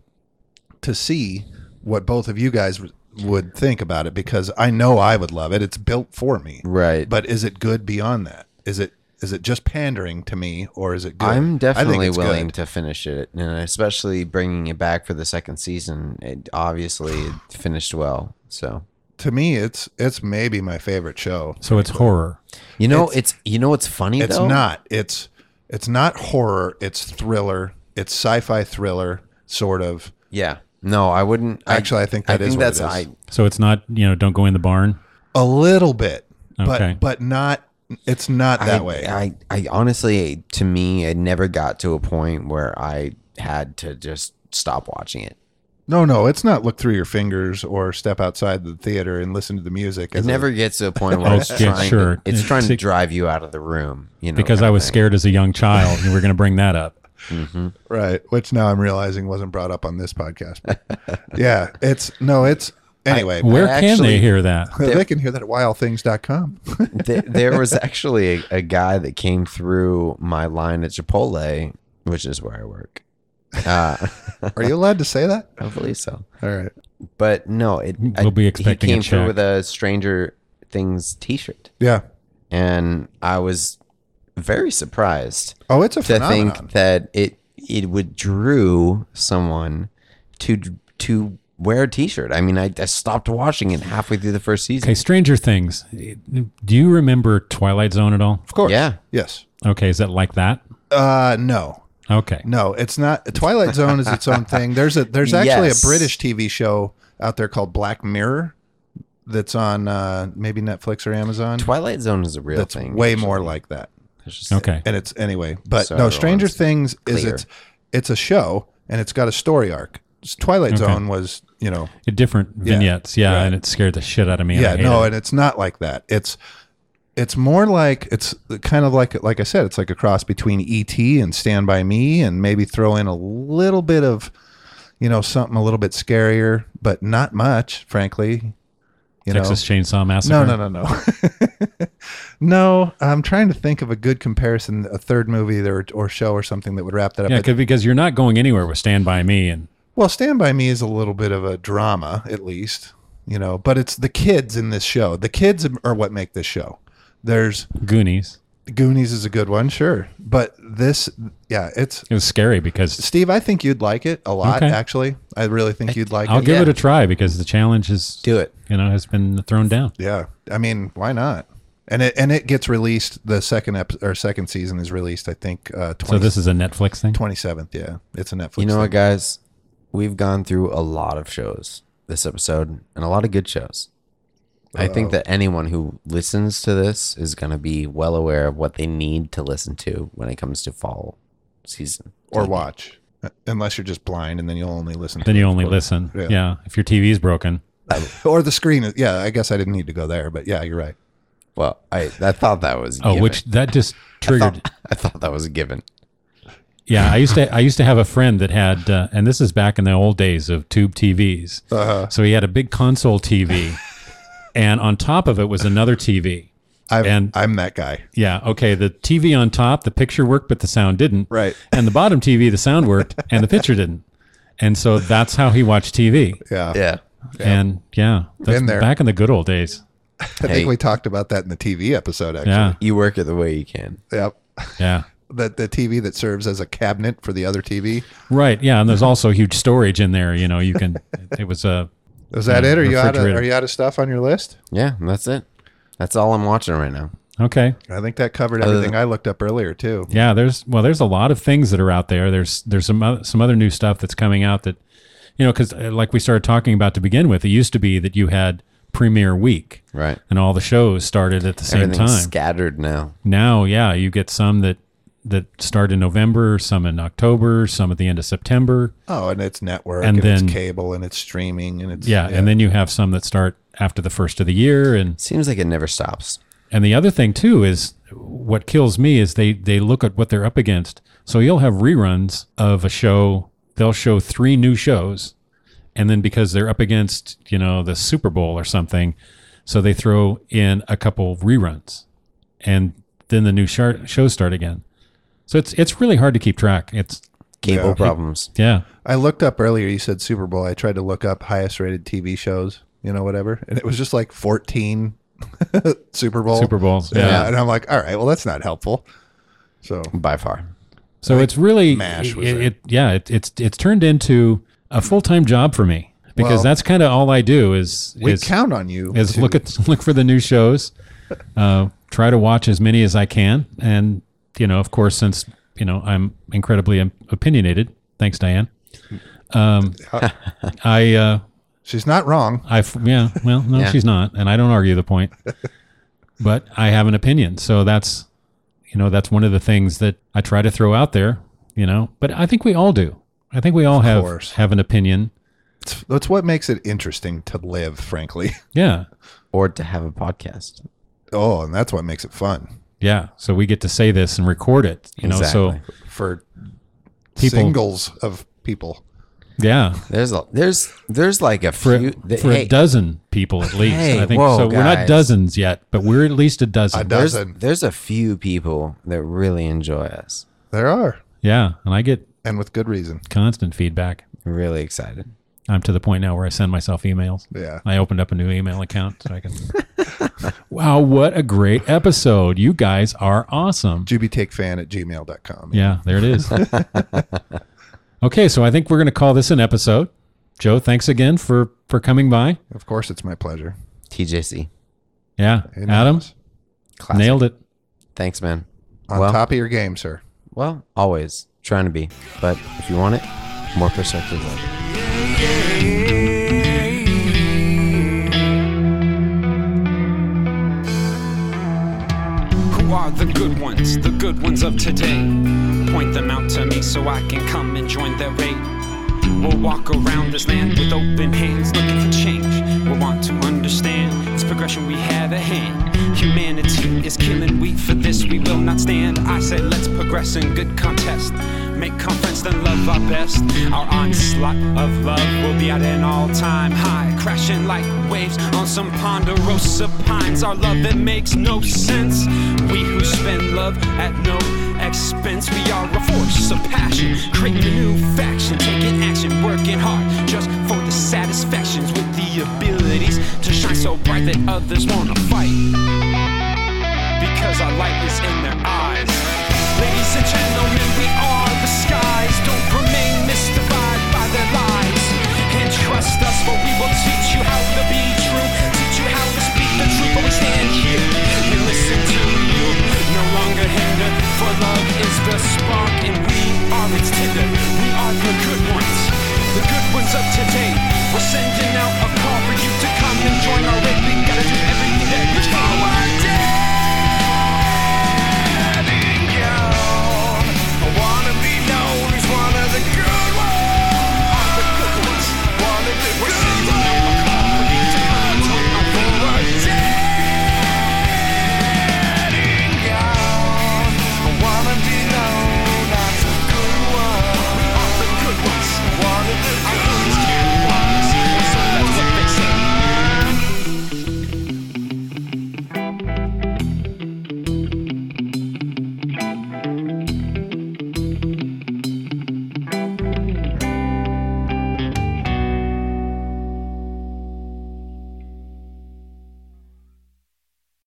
Speaker 3: to see what both of you guys w- would think about it because I know I would love it. It's built for me.
Speaker 2: Right.
Speaker 3: But is it good beyond that? Is it is it just pandering to me or is it good? I
Speaker 2: I'm
Speaker 3: think
Speaker 2: definitely
Speaker 3: it's
Speaker 2: willing
Speaker 3: good.
Speaker 2: to finish it, and especially bringing it back for the second season. It obviously it finished well. So
Speaker 3: To me it's it's maybe my favorite show.
Speaker 1: So it's horror.
Speaker 2: you know, it's, you know what's funny
Speaker 3: It's
Speaker 2: though.
Speaker 3: not. It's it's not horror, it's thriller. It's sci-fi thriller sort of.
Speaker 2: Yeah. No, I wouldn't.
Speaker 3: Actually, I think that is what it is.
Speaker 1: So it's not you know don't go in the barn.
Speaker 3: A little bit.
Speaker 1: Okay.
Speaker 3: But but not it's not
Speaker 2: I,
Speaker 3: that
Speaker 2: I,
Speaker 3: way.
Speaker 2: I, I honestly, to me, it never got to a point where I had to just stop watching it.
Speaker 3: no, no, it's not look through your fingers or step outside the theater and listen to the music.
Speaker 2: It
Speaker 3: as a-
Speaker 2: never gets to a point where it's
Speaker 1: Okay,
Speaker 2: trying.
Speaker 1: sure.
Speaker 2: To, it's
Speaker 1: It-
Speaker 2: trying to
Speaker 1: see-
Speaker 2: drive you out of the room. You know,
Speaker 1: Because
Speaker 2: kinda
Speaker 1: I was
Speaker 2: thing.
Speaker 1: scared as a young child, and we're going to bring that up.
Speaker 3: Right, which now I'm realizing wasn't brought up on this podcast. But yeah, it's no, it's anyway.
Speaker 1: Where
Speaker 2: I
Speaker 1: can
Speaker 2: actually-
Speaker 1: they hear that?
Speaker 3: they can hear that at wildthings.com.
Speaker 2: there, there was actually a, a guy that came through my line at Chipotle, which is where I work. Uh,
Speaker 3: Are you allowed to say that?
Speaker 2: I believe so.
Speaker 3: All right.
Speaker 2: But no, it,
Speaker 1: We'll
Speaker 2: I-
Speaker 1: be expecting a
Speaker 2: He came through
Speaker 1: check.
Speaker 2: with a Stranger Things T-shirt,
Speaker 3: Yeah.
Speaker 2: and I was very surprised
Speaker 3: Oh, it's a
Speaker 2: to
Speaker 3: phenomenon.
Speaker 2: think that it it would drew someone to to wear a T-shirt. I mean, I, I stopped watching it halfway through the first season.
Speaker 1: Okay, Stranger Things. Do you remember Twilight Zone at all?
Speaker 3: of course.
Speaker 2: Yeah.
Speaker 3: Yes.
Speaker 1: Okay, is that like that?
Speaker 3: Uh no.
Speaker 1: Okay,
Speaker 3: No, it's not Twilight Zone is its own thing. There's a there's actually
Speaker 2: Yes.
Speaker 3: a British TV show out there called Black Mirror that's on uh maybe Netflix or Amazon.
Speaker 2: Twilight Zone is a real
Speaker 3: that's
Speaker 2: thing.
Speaker 3: way more like that.
Speaker 2: It's just-
Speaker 1: okay.
Speaker 3: and it's anyway but
Speaker 2: So
Speaker 3: no stranger
Speaker 2: everyone's
Speaker 3: things is
Speaker 2: clear.
Speaker 3: it's it's a show and it's got a story arc S- twilight zone was you know
Speaker 1: different vignettes. Yeah, and it scared the shit out of me. and I
Speaker 3: yeah
Speaker 1: hate
Speaker 3: no
Speaker 1: it.
Speaker 3: and it's not like that it's it's more like it's kind of like like i said it's like a cross between et and stand by me and maybe throw in a little bit of you know something a little bit scarier but not much frankly you know
Speaker 1: Texas Chainsaw Massacre.
Speaker 3: no, no, no, no. no, I'm trying to think of a good comparison, a third movie or, or show or something that would wrap that up.
Speaker 1: Yeah,
Speaker 3: But-
Speaker 1: 'cause- because you're not going anywhere with Stand by Me, and
Speaker 3: well, Stand By Me is a little bit of a drama, at least, you know, but it's the kids in this show. The kids are what make this show. There's
Speaker 1: Goonies.
Speaker 3: Goonies is a good one, sure. But this, yeah, it's
Speaker 1: It was scary because
Speaker 3: Steve, I think you'd like it a lot,
Speaker 1: Okay.
Speaker 3: actually. I really think you'd like
Speaker 1: I'll
Speaker 3: it.
Speaker 1: give
Speaker 2: yeah.
Speaker 1: it a try because the challenge is
Speaker 2: Do it.
Speaker 1: You know, has been thrown down.
Speaker 3: Yeah, I mean, why not? And it and it gets released. The second ep- or second season is released. I think uh, 20,
Speaker 1: So this is a Netflix thing.
Speaker 3: twenty seventh. Yeah, it's a Netflix.
Speaker 2: You know
Speaker 3: thing.
Speaker 2: what, guys? We've gone through a lot of shows this episode and a lot of good shows. I think that anyone who listens to this is going to be well aware of what they need to listen to when it comes to fall season.
Speaker 3: or uh, watch, unless you're just blind, and then you'll only listen.
Speaker 1: Then
Speaker 3: to
Speaker 1: you
Speaker 3: it, of
Speaker 1: only
Speaker 3: course.
Speaker 1: listen.
Speaker 3: Yeah.
Speaker 1: Yeah. If your TV's broken,
Speaker 3: or the screen. is- Yeah, I guess I didn't need to go there, but yeah, you're right.
Speaker 2: Well, I I thought that was a
Speaker 1: Oh,
Speaker 2: given.
Speaker 1: which that just triggered.
Speaker 2: I thought that was a given.
Speaker 1: Yeah, I used to I used to have a friend that had, uh, and this is back in the old days of tube TVs.
Speaker 3: Uh,
Speaker 1: So he had a big console TV, and on top of it was another TV.
Speaker 3: I'm,
Speaker 1: And-
Speaker 3: I'm that guy.
Speaker 1: Yeah, okay. The TV on top, the picture worked, but the sound didn't.
Speaker 3: Right.
Speaker 1: And the bottom TV, the sound worked, and the picture didn't. And so that's how he watched TV.
Speaker 3: Yeah.
Speaker 2: Yeah.
Speaker 1: And yeah, that's
Speaker 3: Been there.
Speaker 1: back in the good old days.
Speaker 3: I
Speaker 2: Hey.
Speaker 3: think we talked about that in the TV episode, actually.
Speaker 1: Yeah,
Speaker 2: You work it the way you can.
Speaker 3: Yep.
Speaker 1: yeah.
Speaker 3: The, the TV that serves as a cabinet for the other TV.
Speaker 1: Right. Yeah, and there's also huge storage in there. You know, you can. It was uh, a.
Speaker 3: Is that
Speaker 1: Yeah,
Speaker 3: it? Are you out of
Speaker 1: refrigerator.
Speaker 3: are you out of stuff on your list?
Speaker 2: Yeah, and that's it. That's all I'm watching right now.
Speaker 1: Okay.
Speaker 3: I think that covered
Speaker 2: Other
Speaker 3: everything I looked up earlier too.
Speaker 1: Yeah. There's well, there's a lot of things that are out there. There's there's some other, some other new stuff that's coming out that, you know, because like we started talking about to begin with, it used to be that you had premiere week
Speaker 2: Right.
Speaker 1: and all the shows started at the same
Speaker 2: Everything's
Speaker 1: time.
Speaker 2: scattered now.
Speaker 1: now yeah you get some that that start in november some in october some at the end of september
Speaker 3: Oh, and it's network
Speaker 1: And
Speaker 3: and,
Speaker 1: then-
Speaker 3: it's cable and it's streaming and it's
Speaker 1: yeah, and then you have some that start after the first of the year and
Speaker 2: Seems like it never stops.
Speaker 1: and the other thing too is what kills me is they they look at what they're up against so you'll have reruns of a show they'll show three new shows and then because they're up against you know the super bowl or something so they throw in a couple reruns and then the new shar shows start again so it's it's really hard to keep track it's
Speaker 2: Cable
Speaker 3: Yeah.
Speaker 2: problems.
Speaker 1: Yeah.
Speaker 3: I looked up earlier. You said Super Bowl. I tried to look up highest rated TV shows, you know, whatever, and it was just like fourteen Super Bowl.
Speaker 1: Super Bowls. Yeah.
Speaker 3: Yeah. and I'm like, all right, well, that's not helpful. So
Speaker 2: By far.
Speaker 1: So it's really
Speaker 3: MASH
Speaker 1: it,
Speaker 3: was
Speaker 1: it,
Speaker 3: it.
Speaker 1: yeah, it, it's it's turned into a full time job for me because
Speaker 3: Well-
Speaker 1: that's kind of all I do is
Speaker 3: we
Speaker 1: is,
Speaker 3: count on you.
Speaker 1: is
Speaker 3: to-
Speaker 1: look at look for the new shows, uh, try to watch as many as I can, and you know, of course, since you know I'm incredibly im- opinionated. Thanks, Diane. Um, I uh,
Speaker 3: She's not wrong.
Speaker 1: I f- yeah, well, no,
Speaker 2: Yeah.
Speaker 1: she's not, and I don't argue the point. but I have an opinion, so that's you know that's one of the things that I try to throw out there. You know, but I think we all do. I think we all have
Speaker 3: course.
Speaker 1: have an opinion.
Speaker 3: It's, that's what makes it interesting to live, frankly.
Speaker 1: Yeah,
Speaker 2: Or to have a podcast.
Speaker 3: Oh, and that's what makes it fun
Speaker 1: yeah. So we get to say this and record it. You know, so
Speaker 2: Exactly.
Speaker 3: for
Speaker 1: People-
Speaker 3: singles of people.
Speaker 1: yeah,
Speaker 2: There's a there's there's like a
Speaker 1: for
Speaker 2: few th-
Speaker 1: for
Speaker 2: hey,
Speaker 1: a dozen people at least.
Speaker 2: Hey,
Speaker 1: I think
Speaker 2: whoa,
Speaker 1: so. We're not
Speaker 2: guys.
Speaker 1: dozens yet, but we're at least a dozen.
Speaker 3: A
Speaker 2: there's,
Speaker 3: dozen.
Speaker 2: there's a few people that really enjoy us.
Speaker 3: There are,
Speaker 1: yeah, and I get
Speaker 3: and with good reason.
Speaker 1: constant feedback.
Speaker 2: Really excited.
Speaker 1: I'm to the point now where I send myself emails.
Speaker 3: Yeah.
Speaker 1: I opened up a new email account so I can. wow, what a great episode! You guys are awesome.
Speaker 3: JubyTakeFan at gmail.com.
Speaker 1: Yeah, there it is. okay, so I think we're going to call this an episode. Joe, thanks again for for coming by.
Speaker 3: Of course, it's my pleasure.
Speaker 2: TJC.
Speaker 1: Yeah,
Speaker 3: Hey,
Speaker 1: Adam
Speaker 3: Nicholas.
Speaker 2: Classic.
Speaker 1: nailed it.
Speaker 2: Thanks, man.
Speaker 3: on
Speaker 2: Well-
Speaker 3: top of your game, sir.
Speaker 2: Well, always trying to be. But if you want it, more perspective.
Speaker 4: Who are the good ones, the good ones of today? Point them out to me so I can come and join their raid. We'll walk around this land with open hands, looking for change. We'll want to understand this progression we have at hand. Humanity is killing, we for this we will not stand. I say let's progress in good contest. Make conference, then love our best. Our onslaught of love will be at an all-time high, crashing like waves on some ponderosa pines. Our love that makes no sense. We who spend love at no expense. We are a force of passion, creating a new faction, taking action, working hard just for the satisfactions with the abilities to shine so bright that others wanna fight because our light is in their eyes. Ladies and gentlemen, we are